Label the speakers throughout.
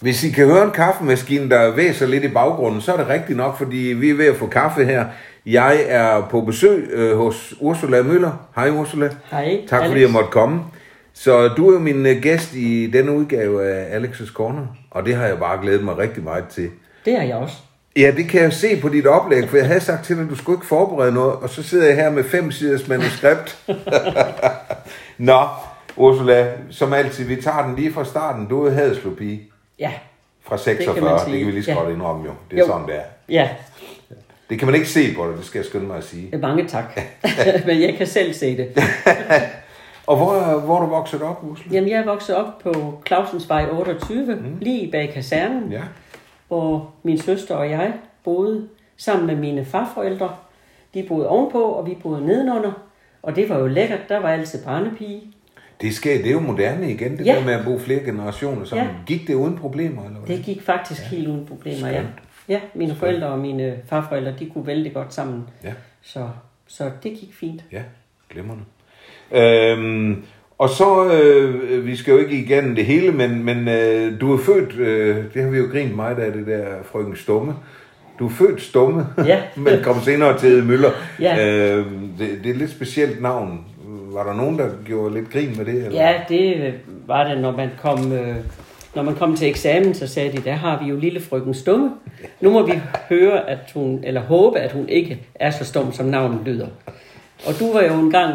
Speaker 1: Hvis I kan høre en kaffemaskine, der væser lidt i baggrunden, så er det rigtigt nok, fordi vi er ved at få kaffe her. Jeg er på besøg øh, hos Ursula Møller. Hej Ursula.
Speaker 2: Hej,
Speaker 1: Tak fordi
Speaker 2: Alex.
Speaker 1: jeg måtte komme. Så du er jo min øh, gæst i denne udgave af Alex's Corner, og det har jeg bare glædet mig rigtig meget til.
Speaker 2: Det har jeg også.
Speaker 1: Ja, det kan jeg se på dit oplæg, for jeg havde sagt til dig, at du skulle ikke forberede noget, og så sidder jeg her med fem siders manuskript. Nå, Ursula, som altid, vi tager den lige fra starten. Du er Haderslev pige
Speaker 2: Ja.
Speaker 1: fra
Speaker 2: man
Speaker 1: 46, det kan,
Speaker 2: sige.
Speaker 1: vi lige så
Speaker 2: Ja.
Speaker 1: godt indrømme jo. Det er
Speaker 2: Jo.
Speaker 1: sådan, det er.
Speaker 2: Ja,
Speaker 1: Det kan man ikke se på dig, det skal jeg skynde mig at sige.
Speaker 2: mange tak. Men jeg kan selv se det.
Speaker 1: Og hvor, hvor er du vokset op, Ursula?
Speaker 2: Jamen, jeg er vokset op på Clausensvej 28, mm. lige bag kasernen,
Speaker 1: Ja.
Speaker 2: hvor min søster og jeg boede sammen med mine farforældre. De boede ovenpå, og vi boede nedenunder. Og det var jo lækkert, der var altid barnepige.
Speaker 1: Mm. Det, skal, det er jo moderne igen, det ja.
Speaker 2: Ja.
Speaker 1: der med at bruge flere generationer sammen. Ja.
Speaker 2: Ja.
Speaker 1: Gik det uden problemer? Eller hvad?
Speaker 2: Det gik faktisk ja. helt uden problemer, ja.
Speaker 1: Skønt.
Speaker 2: Ja, mine forældre og mine farforældre, de kunne vældig godt sammen.
Speaker 1: Ja.
Speaker 2: Så, så det gik fint.
Speaker 1: Ja, glimrende. Øhm, og så, øh, vi skal jo ikke igennem det hele, men, men øh, du er født, øh, det har vi jo grint meget af, det der frøken Stumme. Du er født Stumme,
Speaker 2: Ja.
Speaker 1: men kom senere til Ed Møller.
Speaker 2: Ja.
Speaker 1: Øh, det, det er et lidt specielt navn. Var der nogen, der gjorde lidt grin med det? Eller?
Speaker 2: Ja, det øh, var det, når man kom, øh, når man kom til eksamen, så sagde de, der har vi jo lille frøken stumme. Nu må vi høre, at hun, eller håbe, at hun ikke er så stum, som navnet lyder. Og du var jo engang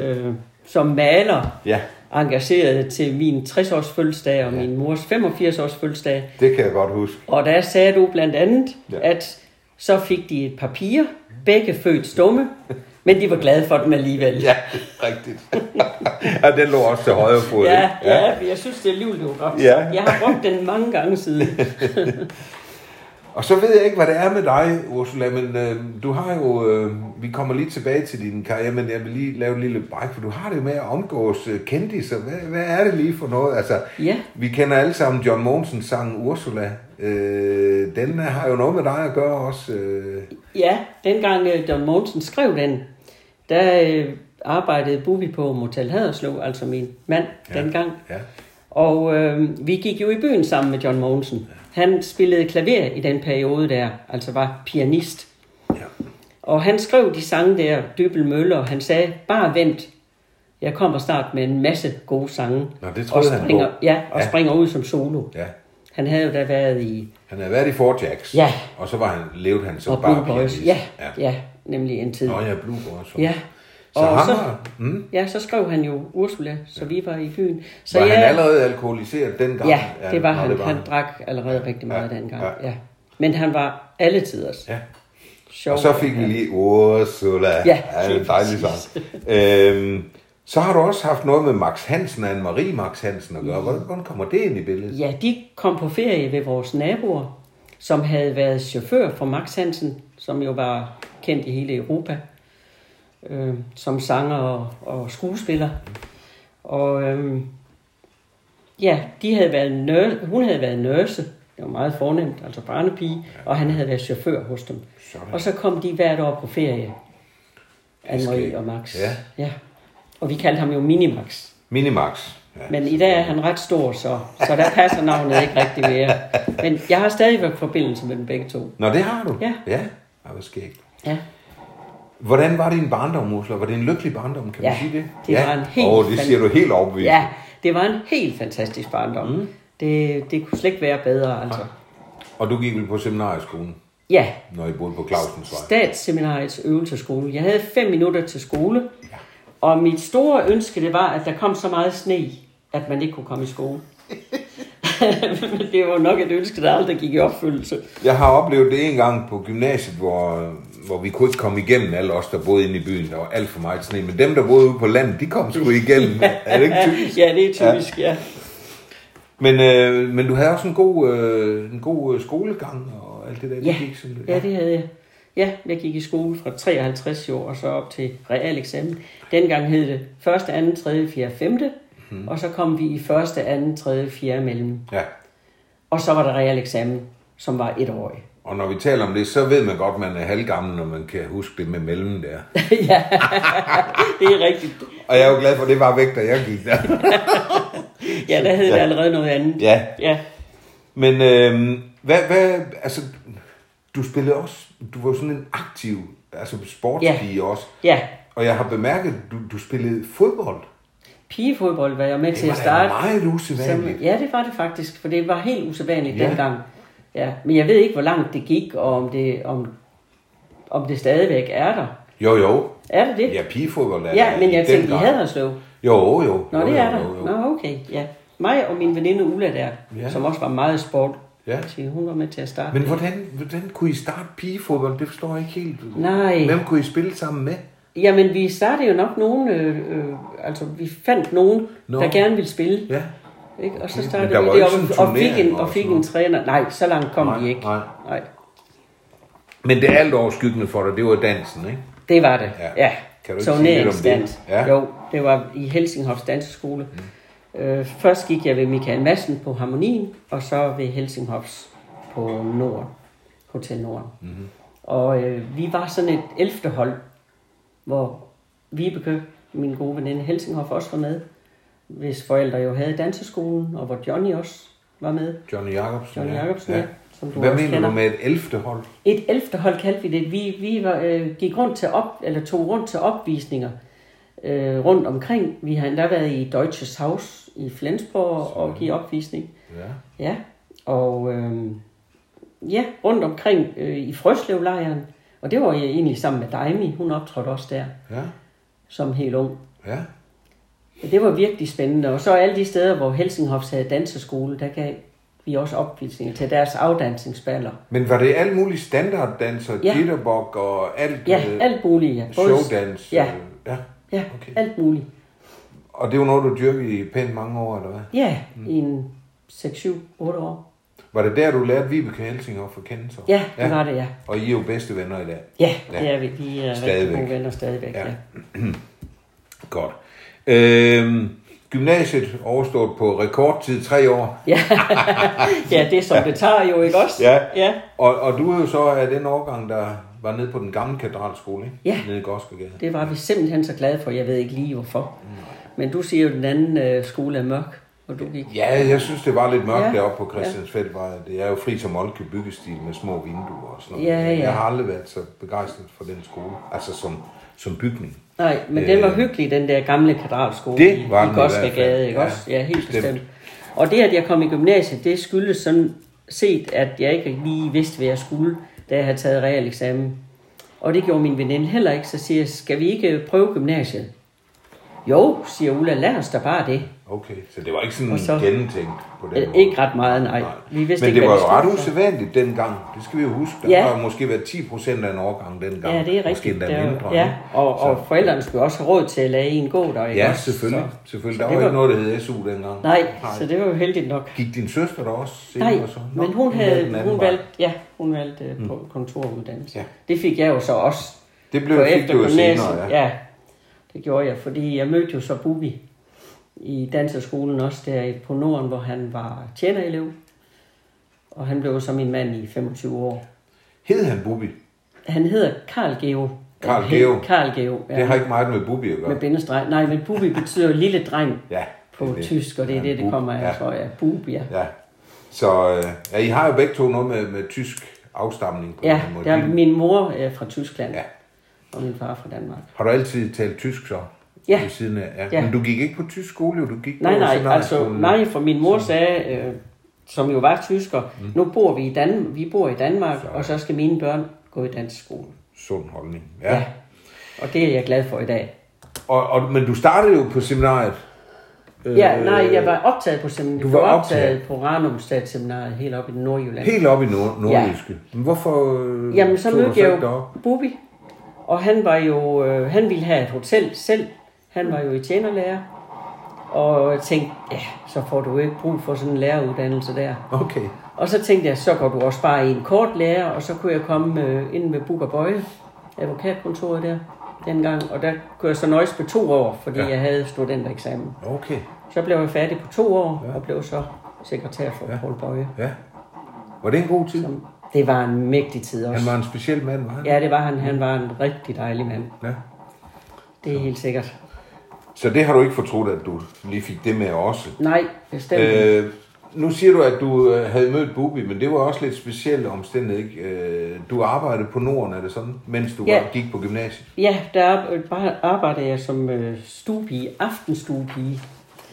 Speaker 2: øh, som maler
Speaker 1: Ja.
Speaker 2: engageret til min 60-års fødselsdag og min mors 85-års fødselsdag.
Speaker 1: Det kan jeg godt huske.
Speaker 2: Og der sagde du blandt andet,
Speaker 1: Ja.
Speaker 2: ja. at så fik de et papir, begge født stumme, men de var glade for dem alligevel.
Speaker 1: Ja, det er rigtigt. og den lå også til højre fod.
Speaker 2: Ja,
Speaker 1: ikke?
Speaker 2: ja, ja, jeg synes, det er livet, du har brugt.
Speaker 1: Ja.
Speaker 2: Jeg har brugt den mange gange siden.
Speaker 1: Og så ved jeg ikke, hvad det er med dig, Ursula, men øh, du har jo, øh, vi kommer lige tilbage til din karriere, men jeg vil lige lave et lille break, for du har det med at omgås øh, kendtiser. Hvad, hvad er det lige for noget? Altså,
Speaker 2: Ja.
Speaker 1: vi kender alle sammen John Mogensens sang Ursula. Øh, den har jo noget med dig at gøre også. Øh.
Speaker 2: Ja, dengang øh, Don Mogensen skrev den, der øh, arbejdede Bubi på Motel Haderslev, altså min mand
Speaker 1: Ja.
Speaker 2: ja. dengang.
Speaker 1: Ja.
Speaker 2: Og øh, vi gik jo i byen sammen med John Mogensen. Han spillede klaver i den periode der, altså var pianist.
Speaker 1: ja.
Speaker 2: Og han skrev de sange der, Dybel Møller, og han sagde, bare vent, jeg kommer snart med en masse gode sange.
Speaker 1: Nå, det
Speaker 2: og
Speaker 1: troede han på.
Speaker 2: springer, ja, og
Speaker 1: Ja.
Speaker 2: springer ud som solo.
Speaker 1: ja.
Speaker 2: Han havde jo da været i
Speaker 1: Han havde været i Forjax,
Speaker 2: Ja.
Speaker 1: og så var han, levede han som
Speaker 2: og Blue
Speaker 1: bare
Speaker 2: Boys. Ja, ja, ja, nemlig en tid.
Speaker 1: Nå ja, Blue Boys.
Speaker 2: Ja.
Speaker 1: Så
Speaker 2: Og
Speaker 1: ham
Speaker 2: så-
Speaker 1: har- mm,
Speaker 2: Ja, så skrev han jo Ursula, så vi var i byen. Så
Speaker 1: var
Speaker 2: ja,
Speaker 1: han allerede alkoholiseret dengang?
Speaker 2: Ja, det var
Speaker 1: nå,
Speaker 2: han. han. drak allerede rigtig meget
Speaker 1: Ja,
Speaker 2: dengang.
Speaker 1: ja.
Speaker 2: Ja. Men han var alle tiders.
Speaker 1: Ja.
Speaker 2: Sjov.
Speaker 1: Og så fik vi lige Ursula.
Speaker 2: Ja,
Speaker 1: det er en
Speaker 2: lige
Speaker 1: dejlig
Speaker 2: præcis.
Speaker 1: sang. Øhm, så har du også haft noget med Max Hansen og Anne-Marie Max Hansen at gøre. Hvordan, hvordan kommer det ind i billedet?
Speaker 2: Ja, de kom på ferie ved vores naboer, som havde været chauffør for Max Hansen, som jo var kendt i hele Europa, øh, som sanger og, og skuespiller. Og øh, ja, de havde været nør- hun havde været nørse, det var meget fornemt, altså barnepige, og han havde været chauffør hos dem.
Speaker 1: Sådan.
Speaker 2: Og så kom de hvert år på ferie,
Speaker 1: skægt.
Speaker 2: Anne-Marie og Max.
Speaker 1: Ja.
Speaker 2: ja. Og vi kaldte ham jo Minimax.
Speaker 1: Minimax. Ja.
Speaker 2: Men i dag er han ret stor, så, så der passer navnet ikke rigtig mere. Men jeg har stadig været forbindelse med dem begge to.
Speaker 1: Nå, det har du?
Speaker 2: Ja.
Speaker 1: Ja, Ej, hvor skægt.
Speaker 2: Ja,
Speaker 1: Hvordan var din barndom, Ursula? Var det en lykkelig barndom, kan man
Speaker 2: Ja,
Speaker 1: sige det?
Speaker 2: det var en helt
Speaker 1: Åh, det siger du helt overbevist.
Speaker 2: ja det var en helt fantastisk barndom. Mm. Det, det kunne slet ikke være bedre, altså.
Speaker 1: Og du gik vel på seminarieskolen,
Speaker 2: Ja,
Speaker 1: når I boede på Clausensvej?
Speaker 2: statsseminariets øvelseskole. Jeg havde fem minutter til skole, og mit store ønske det var, at der kom så meget sne, at man ikke kunne komme i skole. Men det var nok et ønske, der aldrig gik i opfyldelse.
Speaker 1: Jeg har oplevet det en gang på gymnasiet, hvor, hvor vi kunne ikke komme igennem alle os, der boede inde i byen. Der var alt for meget sne, men dem, der boede ude på landet, de kom sgu igennem. Er det ikke typisk?
Speaker 2: Ja, det er typisk, ja.
Speaker 1: Men, øh, men du havde også en god, øh, en god øh, skolegang og alt det der.
Speaker 2: Ja,
Speaker 1: Det gik sådan,
Speaker 2: ja, det havde jeg. Ja, jeg gik i skole fra 53 i år og så op til real eksamen. Dengang hed det 1., 2., 3., 4., 5.
Speaker 1: Mhm.
Speaker 2: Mm. Og så kom vi i 1., 2., 3., 4. mellem.
Speaker 1: ja.
Speaker 2: Og så var der real eksamen, som var et år.
Speaker 1: Og når vi taler om det, så ved man godt, at man er halvgammel, når man kan huske det med mellem der.
Speaker 2: ja, det er rigtigt.
Speaker 1: Og jeg er jo glad for, at det var væk, da jeg gik der.
Speaker 2: Ja, der hed det allerede noget andet.
Speaker 1: Ja.
Speaker 2: ja.
Speaker 1: Men øh, hvad, hvad, altså, du spillede også, du var sådan en aktiv altså sportspige ja. også.
Speaker 2: Ja,
Speaker 1: Og jeg har bemærket, du, du spillede fodbold.
Speaker 2: pigefodbold var jeg med
Speaker 1: Det
Speaker 2: til
Speaker 1: var
Speaker 2: at
Speaker 1: da
Speaker 2: starte.
Speaker 1: meget usædvanligt.
Speaker 2: Som, ja, det var det faktisk, for det var helt usædvanligt
Speaker 1: Ja.
Speaker 2: ja. dengang. Ja, men jeg ved ikke, hvor langt det gik, og om det, om, om det stadigvæk er der.
Speaker 1: Jo, jo.
Speaker 2: Er det det?
Speaker 1: Ja, pigefodbold er
Speaker 2: ja
Speaker 1: der
Speaker 2: men
Speaker 1: i den
Speaker 2: jeg tænkte, I
Speaker 1: grad.
Speaker 2: havde Haderslev.
Speaker 1: Jo, jo.
Speaker 2: Nå,
Speaker 1: jo,
Speaker 2: det
Speaker 1: jo,
Speaker 2: er der.
Speaker 1: Jo, jo.
Speaker 2: Nå, okay, ja. Mig og min veninde Ulla der,
Speaker 1: Ja.
Speaker 2: ja. som også var meget sport.
Speaker 1: Ja.
Speaker 2: til- Hun var med til at starte.
Speaker 1: Men hvordan, hvordan kunne I starte pigefodbold? Det forstår jeg ikke helt.
Speaker 2: Nej.
Speaker 1: Hvem kunne I spille sammen med?
Speaker 2: Jamen, vi startede jo nok nogen, øh, øh, altså vi fandt nogen,
Speaker 1: Nå.
Speaker 2: no. der gerne ville spille.
Speaker 1: Ja.
Speaker 2: Ikke? Og så
Speaker 1: Men
Speaker 2: startede
Speaker 1: der
Speaker 2: vi
Speaker 1: var
Speaker 2: det
Speaker 1: jo
Speaker 2: op,
Speaker 1: ikke sådan turneringer
Speaker 2: og, og fik
Speaker 1: og
Speaker 2: en, og fik
Speaker 1: sådan
Speaker 2: en træner. Nej, så langt kom
Speaker 1: Nej,
Speaker 2: vi ikke.
Speaker 1: nej.
Speaker 2: nej.
Speaker 1: Men det alt overskyggende for dig, det var dansen, ikke?
Speaker 2: Det var det,
Speaker 1: Ja.
Speaker 2: ja. ja.
Speaker 1: Kan du ikke sige lidt om det?
Speaker 2: Turneringsdans.
Speaker 1: Ja.
Speaker 2: Jo, det var i Helsinghoffs Danseskole. Mm. Øh, først gik jeg ved Michael Madsen på Harmonien, og så ved Helsinghoffs på Nord, Hotel Norden.
Speaker 1: Mhm.
Speaker 2: Mm. Og øh, vi var sådan et 11. hold, hvor Vibeke, min gode veninde Helsinghoff, også var med. Hvis forældre jo havde danseskolen, og hvor Johnny også var med.
Speaker 1: Johnny Jacobsen.
Speaker 2: Johnny Jacobsen, ja. Som du
Speaker 1: Hvad
Speaker 2: også
Speaker 1: mener
Speaker 2: kender.
Speaker 1: du med et 11. hold?
Speaker 2: Et elfterhold kaldte vi det. Vi, vi var, øh, gik rundt til op, eller tog rundt til opvisninger øh, rundt omkring. Vi har endda været i Deutsches Haus i Flensborg og give opvisning.
Speaker 1: Ja.
Speaker 2: Ja, og øh, ja, rundt omkring øh, i Frøslevlejren. Og det var jeg egentlig sammen med Daimi. Hun optrådte også der
Speaker 1: Ja.
Speaker 2: som helt ung.
Speaker 1: Ja.
Speaker 2: Ja, Det var virkelig spændende. Og så alle de steder, hvor Helsinghoffs havde danseskole, der gav vi også opvisninger til deres afdansingsballer.
Speaker 1: Men var det alle mulige standarddanser, ja.
Speaker 2: Ja.
Speaker 1: jitterbug og alt?
Speaker 2: Ja,
Speaker 1: øh,
Speaker 2: alt muligt. Ja. Både-
Speaker 1: Showdans?
Speaker 2: Ja,
Speaker 1: øh, ja.
Speaker 2: ja
Speaker 1: Okay.
Speaker 2: okay. alt muligt.
Speaker 1: Og det var noget, du dyrkede i pænt mange år, eller hvad?
Speaker 2: Ja, mm. i en 6-7-8 år.
Speaker 1: Var det der, du lærte Vibeke Helsinghoff at kende så?
Speaker 2: Ja, det var det, ja.
Speaker 1: Og I er jo bedste venner i dag.
Speaker 2: Ja,
Speaker 1: Ja.
Speaker 2: ja. det er vi. De er
Speaker 1: Stadigvæk.
Speaker 2: rigtig gode venner stadigvæk.
Speaker 1: Ja.
Speaker 2: Ja.
Speaker 1: Godt. Øhm, gymnasiet overstået på rekordtid, tre år.
Speaker 2: Ja. ja, det er som det tager jo, ikke også?
Speaker 1: Ja.
Speaker 2: ja.
Speaker 1: Og, og du er jo så af den årgang, der var nede på den gamle katedralskole, ikke?
Speaker 2: Ja.
Speaker 1: Nede i Gårdsbegade.
Speaker 2: Det var vi simpelthen så glade for. Jeg ved ikke lige, hvorfor. Men du siger jo, den anden øh, skole er mørk, og du gik.
Speaker 1: Ja, jeg synes, det var lidt mørkt ja.
Speaker 2: Ja.
Speaker 1: deroppe på Christiansfeldvej. Det er jo fri som Olke byggestil med små vinduer og sådan noget.
Speaker 2: Ja, ja.
Speaker 1: Jeg har aldrig været så begejstret for den skole, altså som, som bygning.
Speaker 2: Nej, men den var hyggelig, den der gamle katedralskole
Speaker 1: Øh, Det
Speaker 2: i,
Speaker 1: var den i
Speaker 2: i
Speaker 1: hvert
Speaker 2: Godske
Speaker 1: fald.
Speaker 2: Gade, ikke
Speaker 1: Ja,
Speaker 2: ja, også? Ja, helt
Speaker 1: bestemt.
Speaker 2: bestemt. bestemt. Og det, at jeg kom i gymnasiet, det skyldes sådan set, at jeg ikke lige vidste, hvad jeg skulle, da jeg havde taget realeksamen. Og det gjorde min veninde heller ikke, så siger jeg, skal vi ikke prøve gymnasiet? Jo, siger Ulla, lad os da bare det.
Speaker 1: Okay, så det var ikke sådan
Speaker 2: Og
Speaker 1: så,
Speaker 2: så-
Speaker 1: gennemtænkt på den
Speaker 2: Øh,
Speaker 1: måde.
Speaker 2: Ikke ret meget, nej. Vi vidste
Speaker 1: Men
Speaker 2: ikke,
Speaker 1: det var
Speaker 2: hvad
Speaker 1: jo ret
Speaker 2: stod for.
Speaker 1: usædvanligt dengang. Det skal vi jo huske. Der ja.
Speaker 2: Ja.
Speaker 1: har måske været 10 procent af en årgang dengang.
Speaker 2: Ja, det
Speaker 1: Måske
Speaker 2: er rigtigt.
Speaker 1: endda
Speaker 2: Det var-
Speaker 1: mindre.
Speaker 2: ja,
Speaker 1: ikke?
Speaker 2: og, og forældrene skulle også have råd til at lade en gå der, ikke
Speaker 1: ja
Speaker 2: også?
Speaker 1: selvfølgelig.
Speaker 2: Så-
Speaker 1: selvfølgelig.
Speaker 2: så
Speaker 1: Der var,
Speaker 2: det
Speaker 1: ikke noget, der hed SU dengang.
Speaker 2: Nej, så det var jo heldigt nok.
Speaker 1: Gik din søster der også? senere
Speaker 2: Nej,
Speaker 1: så? Nå,
Speaker 2: men hun,
Speaker 1: valgte den
Speaker 2: havde,
Speaker 1: anden
Speaker 2: hun
Speaker 1: vej. Mm.
Speaker 2: valgte, ja, hun valgte øh, på kontoruddannelse.
Speaker 1: Ja.
Speaker 2: Det fik jeg jo så også.
Speaker 1: Det blev-
Speaker 2: på
Speaker 1: fik du jo
Speaker 2: eftergymnasiet.
Speaker 1: senere, ja.
Speaker 2: ja. det gjorde jeg, fordi jeg mødte jo så Bubi i danserskolen også der i- på Norden, hvor han var tjenerelev. Og han blev jo så min mand i 25 år.
Speaker 1: Hed han Bubi?
Speaker 2: Han hedder Karl Geo.
Speaker 1: Karl
Speaker 2: Han hed
Speaker 1: Geo.
Speaker 2: Karl Geo,
Speaker 1: Ja. Det
Speaker 2: ja.
Speaker 1: har ikke meget med Bubi at gøre.
Speaker 2: Med bindestreg. Nej, men Bubi betyder jo lille dreng
Speaker 1: Ja,
Speaker 2: på
Speaker 1: det er det.
Speaker 2: tysk, og det er
Speaker 1: Ja,
Speaker 2: det, det
Speaker 1: Bubi,
Speaker 2: kommer af,
Speaker 1: ja.
Speaker 2: ja. tror jeg. Bubi, ja.
Speaker 1: Ja. Så øh, ja, I har jo begge to noget med, med tysk afstamning på
Speaker 2: Ja,
Speaker 1: den måde.
Speaker 2: der er min mor er fra Tyskland,
Speaker 1: Ja.
Speaker 2: ja. og min far er fra Danmark.
Speaker 1: Har du altid talt tysk så?
Speaker 2: Ja.
Speaker 1: Ved siden af? Ja.
Speaker 2: Ja.
Speaker 1: Men du gik ikke på tysk skole, jo? Du gik
Speaker 2: Nej,
Speaker 1: på
Speaker 2: nej, altså,
Speaker 1: seminarieskolen.
Speaker 2: nej, for min mor sagde, øh, som jo var tysker, mm. nu bor vi i Danmark, vi bor i Danmark, så. og så skal mine børn gå i dansk skole.
Speaker 1: Sund holdning. Ja. ja.
Speaker 2: Og det er jeg glad for i dag.
Speaker 1: Og, og, men du startede jo på seminariet.
Speaker 2: Øh, ja, nej, jeg var optaget på seminariet.
Speaker 1: Du var
Speaker 2: Jeg
Speaker 1: optaget?
Speaker 2: på Ranum Statsseminariet, helt op i Nordjylland.
Speaker 1: Helt op i nord nordjyske. Ja. Men hvorfor øh,
Speaker 2: Jamen, så
Speaker 1: tog du
Speaker 2: mødte jeg
Speaker 1: ikke
Speaker 2: jo
Speaker 1: derop?
Speaker 2: Bubi, og han var jo, øh, han ville have et hotel selv. Han var jo i tjenerlærer, og jeg tænkte, ja, så får du jo ikke brug for sådan en læreruddannelse der.
Speaker 1: Okay.
Speaker 2: Og så tænkte jeg, så går du også bare i en kort lærer, og så kunne jeg komme øh, ind med Buk og Bøje, advokatkontoret der dengang, og der kunne jeg så nøjes med to år, fordi
Speaker 1: Ja.
Speaker 2: ja. jeg havde studentereksamen.
Speaker 1: Okay.
Speaker 2: Så blev jeg færdig på to år, ja. og blev så sekretær for ja. Paul Bøje.
Speaker 1: Ja. Var det en god tid?
Speaker 2: Det var en mægtig tid også.
Speaker 1: Han var en speciel mand, var han?
Speaker 2: Ja, det var han. Han var en rigtig dejlig mand.
Speaker 1: ja.
Speaker 2: Det er helt sikkert.
Speaker 1: Så det har du ikke fortrudt, at du lige fik det med også?
Speaker 2: Nej, bestemt ikke.
Speaker 1: Øh, Nu siger du, at du øh, havde mødt Bubi, men det var også lidt specielt omstændighed, ikke? Øh, Du arbejdede på Norden, er det sådan, mens du
Speaker 2: Ja.
Speaker 1: var, gik på gymnasiet?
Speaker 2: Ja, der ar- bare arbejdede jeg som øh, stuepige, aftenstuepige.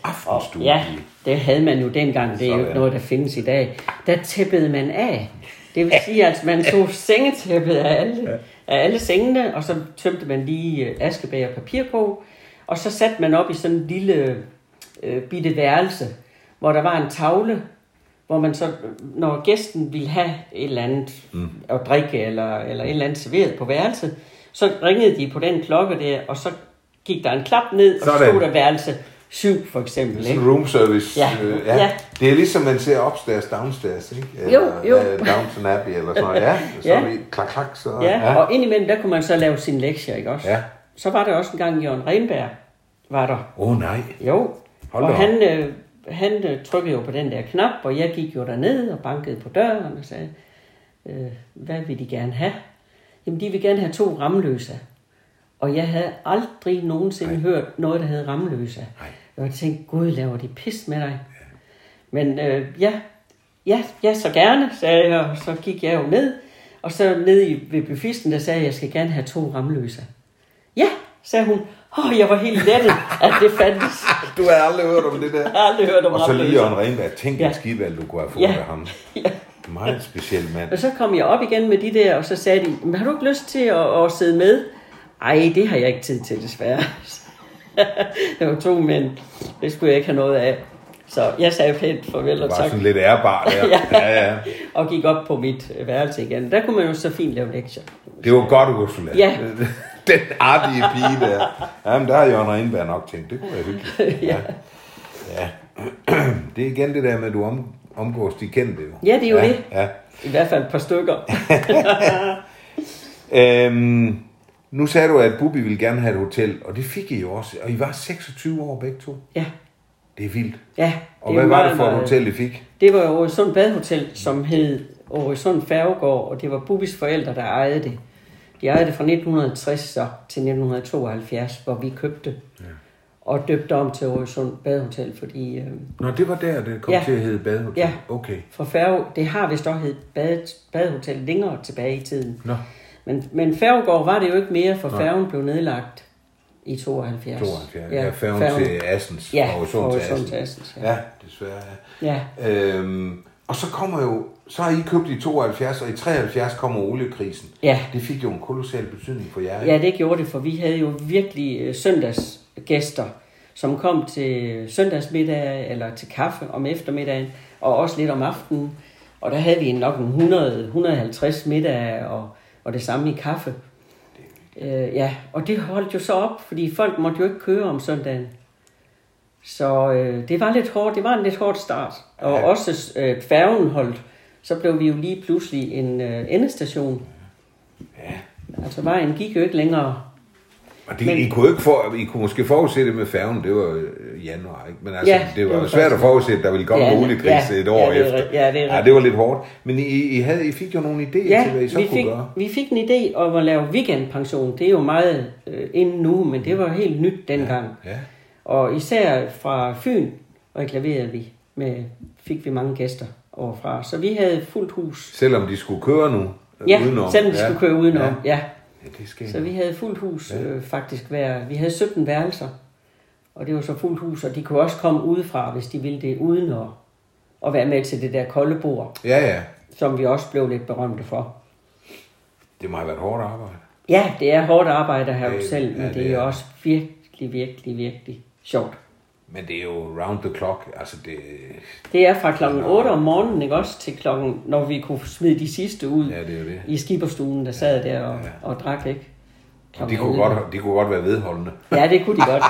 Speaker 1: Aftenstue.
Speaker 2: Ja, det havde man jo dengang, det er jo ikke
Speaker 1: Sådan.
Speaker 2: noget, der findes i dag. Der tæppede man af. Det vil sige, at man tog sengetæppet af alle, af alle sengene, og så tømte man lige øh, askebær og papirkog, og så satte man op i sådan en lille øh, bitte værelse, hvor der var en tavle, hvor man så, øh, når gæsten ville have et eller andet mm. at drikke, eller, eller et eller andet serveret på værelset, så ringede de på den klokke der, og så gik der en klap ned, og så
Speaker 1: Sådan.
Speaker 2: stod der værelse 7 for eksempel. Ikke?
Speaker 1: Sådan room service.
Speaker 2: Ja.
Speaker 1: øh,
Speaker 2: Ja.
Speaker 1: Det er ligesom, man ser upstairs, downstairs, ikke?
Speaker 2: jo.
Speaker 1: øh, Downton Abbey eller sådan noget. Ja, så
Speaker 2: Ja.
Speaker 1: er vi klak, klak, så...
Speaker 2: Ja, og indimellem, der kunne man så lave sine lektier, ikke også?
Speaker 1: Ja.
Speaker 2: Så var der også engang Jørgen Renberg, var der.
Speaker 1: Åh oh, nej.
Speaker 2: Jo.
Speaker 1: Hold da op.
Speaker 2: og han, øh, han øh, trykkede jo på den der knap, og jeg gik jo derned og bankede på døren og sagde, øh, hvad vil de gerne have? Jamen, de vil gerne have to ramløse. Og jeg havde aldrig nogensinde Nej. hørt noget, der hed ramløse. Og jeg tænkte, gud, laver de pis med dig? Men øh, ja, ja, ja, så gerne, sagde jeg, og så gik jeg jo ned. Og så ned i, ved buffisten, der sagde jeg, jeg skal gerne have to ramløse. Ja, sagde hun. Åh, oh, jeg var helt lettet, at det fandtes.
Speaker 1: Du har aldrig hørt om det
Speaker 2: Jeg
Speaker 1: der.
Speaker 2: har aldrig hørt om
Speaker 1: Og så lige
Speaker 2: ramløse.
Speaker 1: Jørgen Renberg. Tænk ja.
Speaker 2: Ja.
Speaker 1: en skibald, du kunne have fået
Speaker 2: Ja.
Speaker 1: ja. med ham.
Speaker 2: Ja.
Speaker 1: Meget speciel mand.
Speaker 2: Og så kom jeg op igen med de der, og så sagde de, Men har du ikke lyst til at, at sidde med? Ej, det har jeg ikke tid til, desværre. det var to mænd. Det skulle jeg ikke have noget af. Så jeg sagde pænt farvel
Speaker 1: Du
Speaker 2: og
Speaker 1: var
Speaker 2: tak,
Speaker 1: sådan lidt ærbar der.
Speaker 2: Ja.
Speaker 1: ja, ja.
Speaker 2: og gik op på mit øh, værelse igen. Der kunne man jo så fint lave lektier.
Speaker 1: Det var godt, Ursula.
Speaker 2: Ja.
Speaker 1: Den artige pige der. Jamen, der har Jørgen Renberg nok tænkt, det kunne være hyggeligt. Ja. ja. Det er igen det der med, at du om, omgås de kendte jo.
Speaker 2: Ja, det er jo
Speaker 1: ja,
Speaker 2: det.
Speaker 1: Ja.
Speaker 2: I hvert fald et par stykker.
Speaker 1: Øhm, nu sagde du, at Bubi ville gerne have et hotel, og det fik I jo også. Og I var 26 år begge to.
Speaker 2: Ja,
Speaker 1: Det er vildt.
Speaker 2: ja.
Speaker 1: Og
Speaker 2: er
Speaker 1: hvad
Speaker 2: jo
Speaker 1: var
Speaker 2: meget,
Speaker 1: det for et
Speaker 2: meget-
Speaker 1: hotel, I fik?
Speaker 2: Det var jo Åresund Badhotel, som hed Åresund Færgegård, og det var Bubis forældre, der ejede det. De ejede det fra 1960 så til 1972, hvor vi købte ja. og døbte om til Åresund Badhotel, fordi øh,
Speaker 1: Nå, det var der, det kom
Speaker 2: Ja.
Speaker 1: til at hedde Badehotel.
Speaker 2: Ja.
Speaker 1: Okay.
Speaker 2: for færge, det har vist også hed bad, Badhotel længere tilbage i tiden.
Speaker 1: Nå,
Speaker 2: Men, men Færgegård var det jo ikke mere, for færgen blev nedlagt i 72.
Speaker 1: 72. Ja, færgen, til Assens.
Speaker 2: Ja,
Speaker 1: fra Aarhusund
Speaker 2: fra Aarhusund til Assens,
Speaker 1: Ja,
Speaker 2: ja.
Speaker 1: ja desværre. Ja.
Speaker 2: Ja,
Speaker 1: Øhm, og så kommer jo, så har I købt i 72, og i 73 kommer oliekrisen.
Speaker 2: Ja.
Speaker 1: Det fik jo en kolossal betydning for jer. ikke?
Speaker 2: Ja, det gjorde det, for vi havde jo virkelig øh, søndagsgæster, som kom til søndagsmiddag eller til kaffe om eftermiddagen, og også lidt om aftenen. Og der havde vi nok en 100, 150 middag og, og det samme i kaffe. Øh, ja, og det holdt jo så op, fordi folk måtte jo ikke køre om søndagen. Så øh, det var lidt hårdt, det var en lidt hård start. Og
Speaker 1: Ja.
Speaker 2: ja. også øh, færgen holdt, så blev vi jo lige pludselig en øh, endestation. Altså vejen gik jo ikke længere.
Speaker 1: Og det,
Speaker 2: Men-
Speaker 1: I, kunne jo ikke for, I kunne måske forudse det med færgen, det var øh, januar, ikke? Men altså,
Speaker 2: Ja,
Speaker 1: det var,
Speaker 2: det var
Speaker 1: svært at
Speaker 2: faktisk-
Speaker 1: forudse, at der ville komme
Speaker 2: Ja,
Speaker 1: ja, en oliekris
Speaker 2: ja,
Speaker 1: et år
Speaker 2: ja, det er
Speaker 1: efter.
Speaker 2: ri- ja, det er
Speaker 1: ja, det var lidt hårdt. Men I, I, havde, I fik jo nogle idéer ja, til, hvad I så
Speaker 2: vi
Speaker 1: kunne
Speaker 2: fik,
Speaker 1: gøre.
Speaker 2: vi fik en idé om at lave weekendpension. Det er jo meget øh, inden nu, men det var helt nyt dengang.
Speaker 1: Ja.
Speaker 2: Og især fra Fyn reklamerede vi med, fik vi mange gæster overfra. Så vi havde fuldt hus.
Speaker 1: Selvom de skulle køre nu. øh,
Speaker 2: Ja,
Speaker 1: udenom.
Speaker 2: selvom vi skulle køre udenom. Ja.
Speaker 1: Ja, Mm. det sker.
Speaker 2: Så vi havde fuldt hus øh, faktisk hver. Vi havde 17 værelser, og det var så fuldt hus. Og de kunne også komme udefra, hvis de ville det, uden at, at være med til det der kolde bord,
Speaker 1: Ja, ja.
Speaker 2: som vi også blev lidt berømte for.
Speaker 1: Det må have været hårdt arbejde.
Speaker 2: Ja, det er hårdt arbejde her jo
Speaker 1: Det-
Speaker 2: selv, men
Speaker 1: ja,
Speaker 2: ja,
Speaker 1: det
Speaker 2: det, det er
Speaker 1: er.
Speaker 2: også virkelig, virkelig, virkelig sjovt.
Speaker 1: Men det er jo round the clock. Altså, det,
Speaker 2: Det er fra klokken 8 om morgenen, ikke også, til klokken, når vi kunne smide de sidste ud
Speaker 1: Ja, det er jo det.
Speaker 2: i skiberstuen, der sad der og, ja. og drak, ikke?
Speaker 1: De
Speaker 2: Klokken
Speaker 1: kunne,
Speaker 2: 11.
Speaker 1: godt, de kunne godt være vedholdende.
Speaker 2: Ja, det kunne de godt.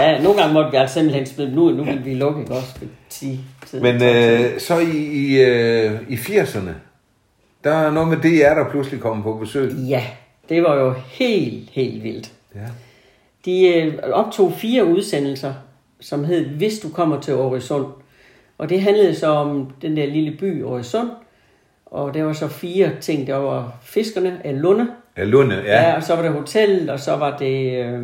Speaker 2: Ja, nogle gange måtte vi altså simpelthen smide dem ud, nu ville vi lukke, ikke også, ved 10 tiden.
Speaker 1: Men øh, så i, i, øh, i 80'erne, der er noget med DR, der pludselig kommer på besøg.
Speaker 2: Ja, det var jo helt, helt vildt.
Speaker 1: Ja.
Speaker 2: De øh, optog fire udsendelser, som hed Hvis du kommer til Åresund. Og det handlede så om den der lille by Åresund. Og der var så fire ting. Der var fiskerne af Lunde.
Speaker 1: Ja, Lunde, ja.
Speaker 2: Ja. ja, og så var det hotellet, og så var det øh,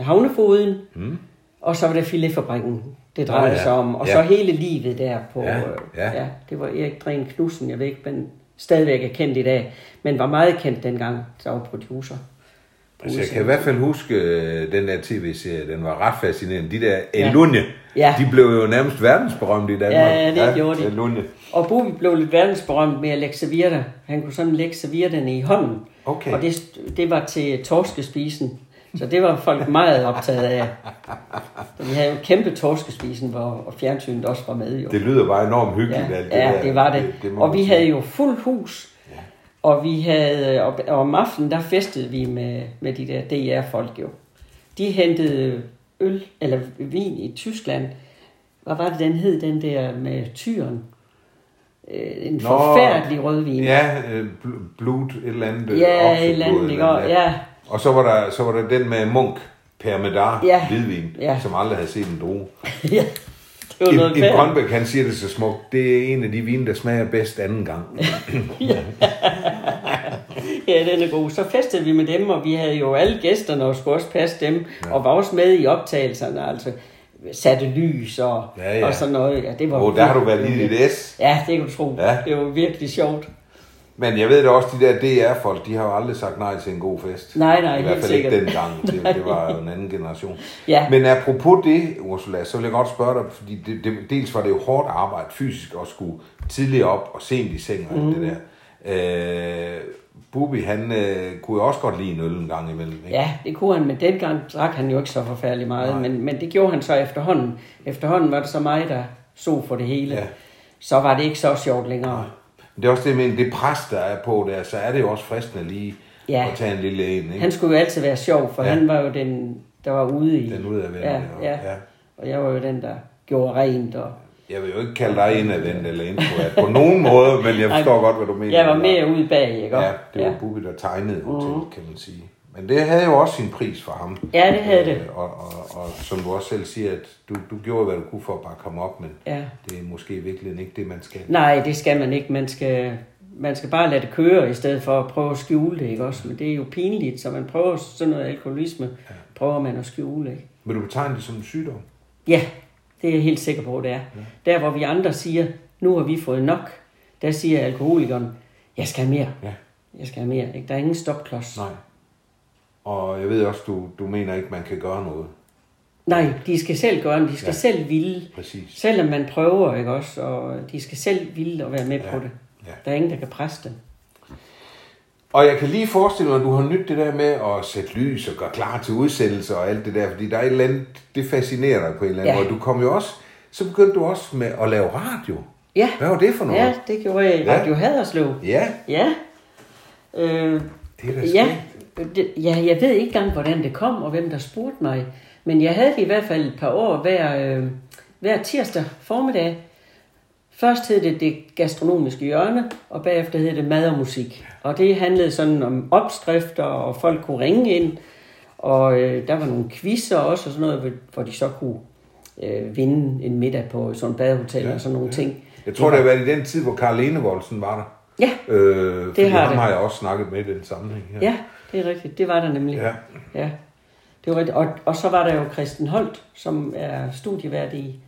Speaker 2: havnefoden. Mm. Og så var det filetfabrikken, det drejede
Speaker 1: Nå, ja.
Speaker 2: sig om. Og
Speaker 1: Ja.
Speaker 2: så hele livet der på...
Speaker 1: Ja,
Speaker 2: øh,
Speaker 1: ja.
Speaker 2: ja det var Erik Dren Knudsen, jeg ved ikke, men stadigvæk er kendt i dag. Men var meget kendt dengang, så var producer.
Speaker 1: Altså, jeg kan i hvert fald huske øh, den der tv-serie, den var ret fascinerende. De der
Speaker 2: Ja.
Speaker 1: Elunje,
Speaker 2: Ja.
Speaker 1: de blev jo nærmest verdensberømte i Danmark.
Speaker 2: Ja, det gjorde de.
Speaker 1: Elunje.
Speaker 2: Og Bovi blev lidt verdensberømt med at lægge servietter. Han kunne sådan lægge servietterne i hånden.
Speaker 1: Okay.
Speaker 2: Og det, det var til torskespisen. Så det var folk meget optaget af. Så vi havde jo kæmpe torskespisen, hvor og fjernsynet også var med. Jo.
Speaker 1: Det lyder bare enormt hyggeligt.
Speaker 2: ja,
Speaker 1: alt
Speaker 2: det, ja,
Speaker 1: der.
Speaker 2: det var det. det,
Speaker 1: må
Speaker 2: og
Speaker 1: man
Speaker 2: vi
Speaker 1: sige.
Speaker 2: havde jo fuld hus. Ja. Og vi havde, og, og om aftenen, der festede vi med, med de der DR-folk jo. De hentede øl, eller vin i Tyskland. Hvad var det, den hed, den der med tyren? Øh, En Nå, forfærdelig rødvin.
Speaker 1: Ja, øh, bl- blut, et eller andet. øh,
Speaker 2: Ja,
Speaker 1: okseblod,
Speaker 2: et eller andet, ikke? Og, ja,
Speaker 1: Og så var, der, så var der den med munk, Permedar,
Speaker 2: Ja.
Speaker 1: hvidvin,
Speaker 2: Ja.
Speaker 1: som aldrig havde set en droge.
Speaker 2: ja. Det var noget
Speaker 1: Im, Im
Speaker 2: værd.
Speaker 1: Grønbæk, han siger det så smukt, det er en af de vine, der smager bedst anden gang.
Speaker 2: Ja, den er god. Så festede vi med dem, og vi havde jo alle gæsterne og skulle også passe dem, ja. og var også med i optagelserne, altså satte lys og,
Speaker 1: Ja, ja.
Speaker 2: og sådan noget. Ja, det var
Speaker 1: Og der har du været lige i det S.
Speaker 2: Ja, det kan du tro.
Speaker 1: Ja.
Speaker 2: Ja. Det var virkelig sjovt.
Speaker 1: Men jeg ved da også, de der DR-folk, de har jo aldrig sagt nej til en god fest.
Speaker 2: Nej, nej,
Speaker 1: I hvert
Speaker 2: helt
Speaker 1: fald ikke
Speaker 2: sikkert.
Speaker 1: dengang. Det, det var jo en anden generation.
Speaker 2: Ja.
Speaker 1: Men apropos det, Ursula, så vil jeg godt spørge dig, fordi det, det, dels var det jo hårdt arbejde fysisk at skulle tidligere op og sent i seng og alt
Speaker 2: Mhm.
Speaker 1: det der. Øh, Bubi, han øh, kunne jo også godt lide en øl en gang imellem. Ikke?
Speaker 2: Ja, det kunne han, men dengang drak han jo ikke så forfærdelig meget.
Speaker 1: Nej.
Speaker 2: Men, men det gjorde han så efterhånden. Efterhånden var det så mig, der så for det hele.
Speaker 1: Ja.
Speaker 2: Ja. Så var det ikke så sjovt længere.
Speaker 1: Men det er også det, jeg mener, det pres, der er på der, så er det jo også fristende lige
Speaker 2: Ja.
Speaker 1: at tage en lille en. Ikke?
Speaker 2: Han skulle jo altid være sjov, for
Speaker 1: Ja.
Speaker 2: ja. han var jo den, der var ude i...
Speaker 1: Den udadvendte,
Speaker 2: ja,
Speaker 1: og-
Speaker 2: ja.
Speaker 1: ja.
Speaker 2: ja, og jeg var jo den, der gjorde rent. Og...
Speaker 1: Jeg vil jo ikke kalde dig indadvendt eller introvert på nogen måde, men jeg forstår
Speaker 2: Ej,
Speaker 1: godt, hvad du mener.
Speaker 2: Jeg var mere ude bag, ikke?
Speaker 1: Ja, det var
Speaker 2: ja. Mhm.
Speaker 1: Bubi, der tegnede hotellet, kan man sige. Men det havde jo også sin pris for ham.
Speaker 2: Ja, det havde det.
Speaker 1: Øh, Og, og, og, og som du også selv siger, at du, du gjorde, hvad du kunne for at bare komme op, men
Speaker 2: Ja.
Speaker 1: det er måske i virkeligheden ikke det, man skal.
Speaker 2: Nej, det skal man ikke. Man skal, man skal bare lade det køre, i stedet for at prøve at skjule det, ikke også? Men det er jo pinligt, så man prøver sådan noget alkoholisme, prøver man at skjule, ikke?
Speaker 1: Vil du betegne det som en sygdom?
Speaker 2: Ja, det er jeg helt sikker på, det er. Ja. Der, hvor vi andre siger, nu har vi fået nok, der siger alkoholikeren, jeg skal have mere.
Speaker 1: Ja.
Speaker 2: Jeg skal have mere, ikke? Der er ingen stopklods.
Speaker 1: Nej. Og jeg ved også, du, du mener ikke, man kan gøre noget.
Speaker 2: Nej, de skal selv gøre det, de skal
Speaker 1: Ja.
Speaker 2: ja. selv ville.
Speaker 1: Præcis.
Speaker 2: Selvom man prøver, ikke også? Og de skal selv ville at være med
Speaker 1: Ja.
Speaker 2: ja. på det.
Speaker 1: Ja.
Speaker 2: Der er ingen, der kan presse dem.
Speaker 1: Og jeg kan lige forestille mig, at du har nyt det der med at sætte lys og gøre klar til udsendelser og alt det der, fordi der er et eller andet, det fascinerer dig på en eller anden
Speaker 2: Ja.
Speaker 1: måde. Du kom jo også, så begyndte du også med at lave radio.
Speaker 2: Ja.
Speaker 1: Hvad var det for noget?
Speaker 2: Ja, det gjorde jeg i
Speaker 1: Ja.
Speaker 2: Radio Haderslev.
Speaker 1: Ja,
Speaker 2: Ja. Øh,
Speaker 1: det er da
Speaker 2: ja, det, ja, jeg ved ikke engang, hvordan det kom, og hvem der spurgte mig. Men jeg havde det i hvert fald et par år hver, øh, hver tirsdag formiddag. Først hed det det gastronomiske hjørne, og bagefter hed det mad og musik. Og det handlede sådan om opskrifter, og folk kunne ringe ind. Og øh, der var nogle quizzer også, og sådan noget, hvor de så kunne øh, vinde en middag på sådan et badehotel
Speaker 1: Ja,
Speaker 2: ja, og sådan nogle ja. ting.
Speaker 1: Jeg tror, det har været i den tid, hvor Karl Enevoldsen var der.
Speaker 2: Ja,
Speaker 1: Øh, fordi
Speaker 2: har
Speaker 1: ham
Speaker 2: det.
Speaker 1: har jeg også snakket med i den sammenhæng her.
Speaker 2: Ja, det er rigtigt. Det var der nemlig.
Speaker 1: Ja.
Speaker 2: ja. Det var rigtigt. Og, og så var der jo Christen Holt, som er studievært i,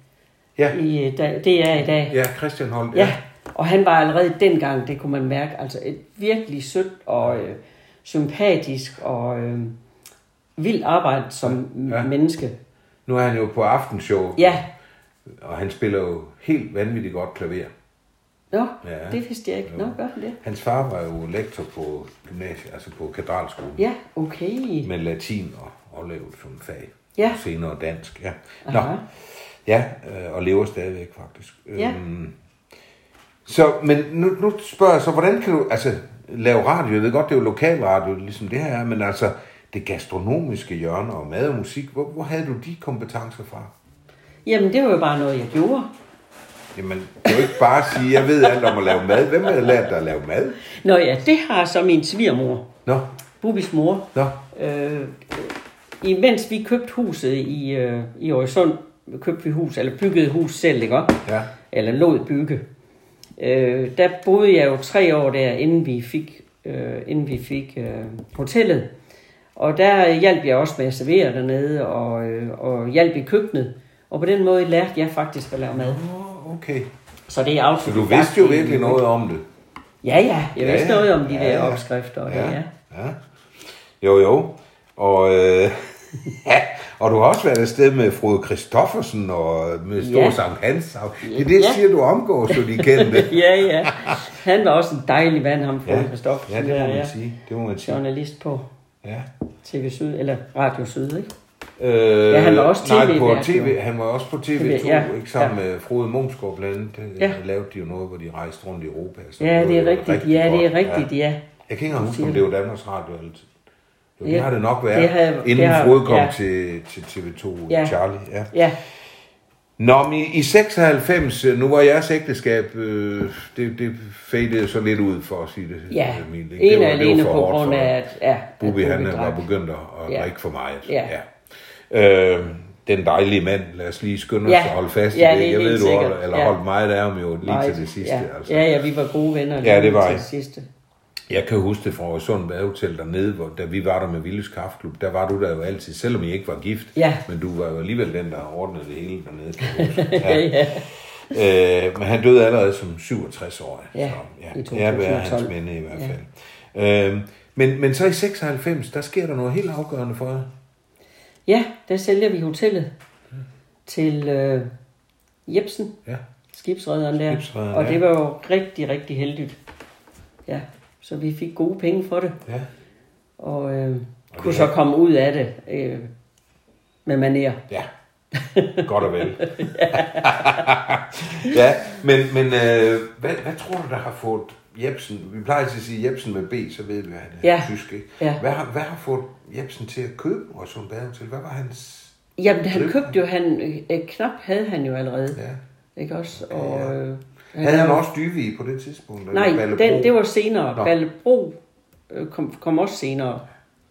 Speaker 1: Ja.
Speaker 2: i øh, da- DR i dag.
Speaker 1: ja, Christian Holt.
Speaker 2: ja. Og han var allerede dengang, det kunne man mærke, altså et virkelig sødt og øh, sympatisk og øh, vildt arbejde som
Speaker 1: Ja.
Speaker 2: ja. menneske.
Speaker 1: Nu er han jo på aftenshow,
Speaker 2: Ja,
Speaker 1: og han spiller jo helt vanvittigt godt klaver.
Speaker 2: Nå,
Speaker 1: Ja.
Speaker 2: ja. det vidste jeg ikke. Nå, gør han det?
Speaker 1: Hans far var jo lektor på gymnasiet, altså på katedralskolen.
Speaker 2: Ja, okay.
Speaker 1: med latin og overlevet som fag.
Speaker 2: Ja.
Speaker 1: Og senere dansk, ja. Nå,
Speaker 2: Aha.
Speaker 1: ja, øh, og lever stadigvæk faktisk.
Speaker 2: Ja.
Speaker 1: Øhm, så, men nu, nu spørger jeg så, hvordan kan du, altså, lave radio? Jeg ved godt, det er jo lokalradio, ligesom det her er, men altså, det gastronomiske hjørne og mad og musik, hvor, hvor havde du de kompetencer fra?
Speaker 2: Jamen, det var jo bare noget, jeg gjorde.
Speaker 1: Jamen, du kan jo ikke bare sige, jeg ved alt om at lave mad. Hvem havde lært dig at lave mad?
Speaker 2: Nå ja, det har så min svigermor,
Speaker 1: Nå,
Speaker 2: Bubis mor,
Speaker 1: nå,
Speaker 2: Øh, imens vi købte huset i, øh, i Øresund, købte vi hus, eller byggede hus selv, ikke også?
Speaker 1: ja,
Speaker 2: Eller lod bygge. Øh, der boede jeg jo tre år der, inden vi fik, øh, inden vi fik øh, hotellet. Og der hjalp jeg også med at servere dernede, og, øh, og hjalp i køkkenet. Og på den måde lærte jeg faktisk at lave mad.
Speaker 1: Nå, okay.
Speaker 2: Så det er outfit.
Speaker 1: Så du vidste jo virkelig noget om det.
Speaker 2: Ja, ja. Jeg
Speaker 1: Ja,
Speaker 2: vidste
Speaker 1: ja.
Speaker 2: noget om de
Speaker 1: Ja,
Speaker 2: der
Speaker 1: ja.
Speaker 2: opskrifter. Og ja. Det,
Speaker 1: Ja.
Speaker 2: ja.
Speaker 1: ja. Jo, jo. Og, øh, ja. og du har også været afsted med Frode Christoffersen og med Stor ja.
Speaker 2: Ja.
Speaker 1: Sankt Hans. Og det er det,
Speaker 2: Ja.
Speaker 1: siger du omgås, så de kendte.
Speaker 2: ja, ja. Han var også en dejlig mand, ham fra ja. Christoffersen.
Speaker 1: ja, det
Speaker 2: der,
Speaker 1: må man sige. Det må man sige.
Speaker 2: Journalist på
Speaker 1: Ja.
Speaker 2: TV Syd, eller Radio Syd, ikke?
Speaker 1: Øh,
Speaker 2: Ja, han var også
Speaker 1: nej,
Speaker 2: TV-vært,
Speaker 1: på
Speaker 2: jo.
Speaker 1: TV, Han var også på TV2,
Speaker 2: Ja,
Speaker 1: ja, ikke sammen
Speaker 2: ja.
Speaker 1: med Frode Mumsgaard blandt andet. Ja.
Speaker 2: Ja.
Speaker 1: lavede de jo noget, hvor de rejste rundt i Europa. Så
Speaker 2: Ja, det er
Speaker 1: jo
Speaker 2: rigtigt. Ja, det
Speaker 1: godt.
Speaker 2: er rigtigt, ja.
Speaker 1: Jeg kan ikke engang huske,
Speaker 2: siger
Speaker 1: om det var Danmarks Radio eller jo, det
Speaker 2: Ja,
Speaker 1: har det nok været,
Speaker 2: det har-
Speaker 1: inden
Speaker 2: det har-
Speaker 1: Frode kom
Speaker 2: ja.
Speaker 1: til, til TV2 ja.
Speaker 2: Ja.
Speaker 1: øh, Charlie. Ja.
Speaker 2: Ja,
Speaker 1: Nå, men i, i 96, øh, nu var jeres ægteskab, øh, det, det fadede så lidt ud, for at sige det.
Speaker 2: ja.
Speaker 1: øh, mildt, ikke?
Speaker 2: En
Speaker 1: Det var- det
Speaker 2: og
Speaker 1: var
Speaker 2: alene
Speaker 1: for
Speaker 2: på
Speaker 1: hårdt
Speaker 2: grund
Speaker 1: for dig.
Speaker 2: af, at... Ja, at
Speaker 1: Bubi, han øh,
Speaker 2: drak.
Speaker 1: var begyndt at at
Speaker 2: Ja.
Speaker 1: drikke for meget.
Speaker 2: Ja.
Speaker 1: Ja. Øh, den dejlige mand, lad os lige skynde os
Speaker 2: Ja.
Speaker 1: ja. at holde fast i
Speaker 2: Ja,
Speaker 1: det.
Speaker 2: det er
Speaker 1: Jeg ved,
Speaker 2: helt
Speaker 1: du holdt,
Speaker 2: sikkert.
Speaker 1: eller
Speaker 2: Ja.
Speaker 1: holdt meget af ham jo lige
Speaker 2: Meget.
Speaker 1: til det sidste.
Speaker 2: Ja.
Speaker 1: Altså.
Speaker 2: ja, ja, vi var gode venner
Speaker 1: Ja,
Speaker 2: lige
Speaker 1: det var I.
Speaker 2: til det sidste.
Speaker 1: Jeg kan huske det fra Sund Badehotel dernede, hvor, da vi var der med Vildes Kaffeklub, der var du der jo altid, selvom I ikke var gift.
Speaker 2: Ja.
Speaker 1: Men du var jo alligevel den, der ordnede det hele dernede. kan jeg huske.
Speaker 2: Ja, ja.
Speaker 1: Øh, men han døde allerede som 67 år.
Speaker 2: Ja,
Speaker 1: så,
Speaker 2: i
Speaker 1: ja. Ære være hans
Speaker 2: 2012.
Speaker 1: minde i hvert fald. Ja. Øh, men, men så i 96, der sker der noget helt afgørende for jer.
Speaker 2: ja, der sælger vi hotellet til øh, Jebsen,
Speaker 1: Ja.
Speaker 2: skibsrederen der.
Speaker 1: Skibsrederen,
Speaker 2: og
Speaker 1: ja.
Speaker 2: det var jo rigtig, rigtig heldigt. Ja, så vi fik gode penge for det.
Speaker 1: ja.
Speaker 2: Og øh, kunne
Speaker 1: det
Speaker 2: så komme ud af det øh, med maner.
Speaker 1: Ja, godt og vel. ja, men, men øh, hvad, hvad tror du, der har fået Jebsen, vi plejer til at sige Jebsen med B, så ved vi, at han er
Speaker 2: Ja.
Speaker 1: tysk, ikke?
Speaker 2: Ja.
Speaker 1: Hvad, har, hvad har fået Jebsen til at købe Rosum Badehotel? Hvad var hans...
Speaker 2: Jamen, han
Speaker 1: Køb-
Speaker 2: købte jo, han, øh, knap havde han jo allerede,
Speaker 1: Ja.
Speaker 2: ikke også? Og, øh,
Speaker 1: Havde han også dyve i på det tidspunkt? eller
Speaker 2: Nej,
Speaker 1: Ballebro?
Speaker 2: den, det var senere.
Speaker 1: Nå.
Speaker 2: Nå. Ballebro øh, kom, kom også senere.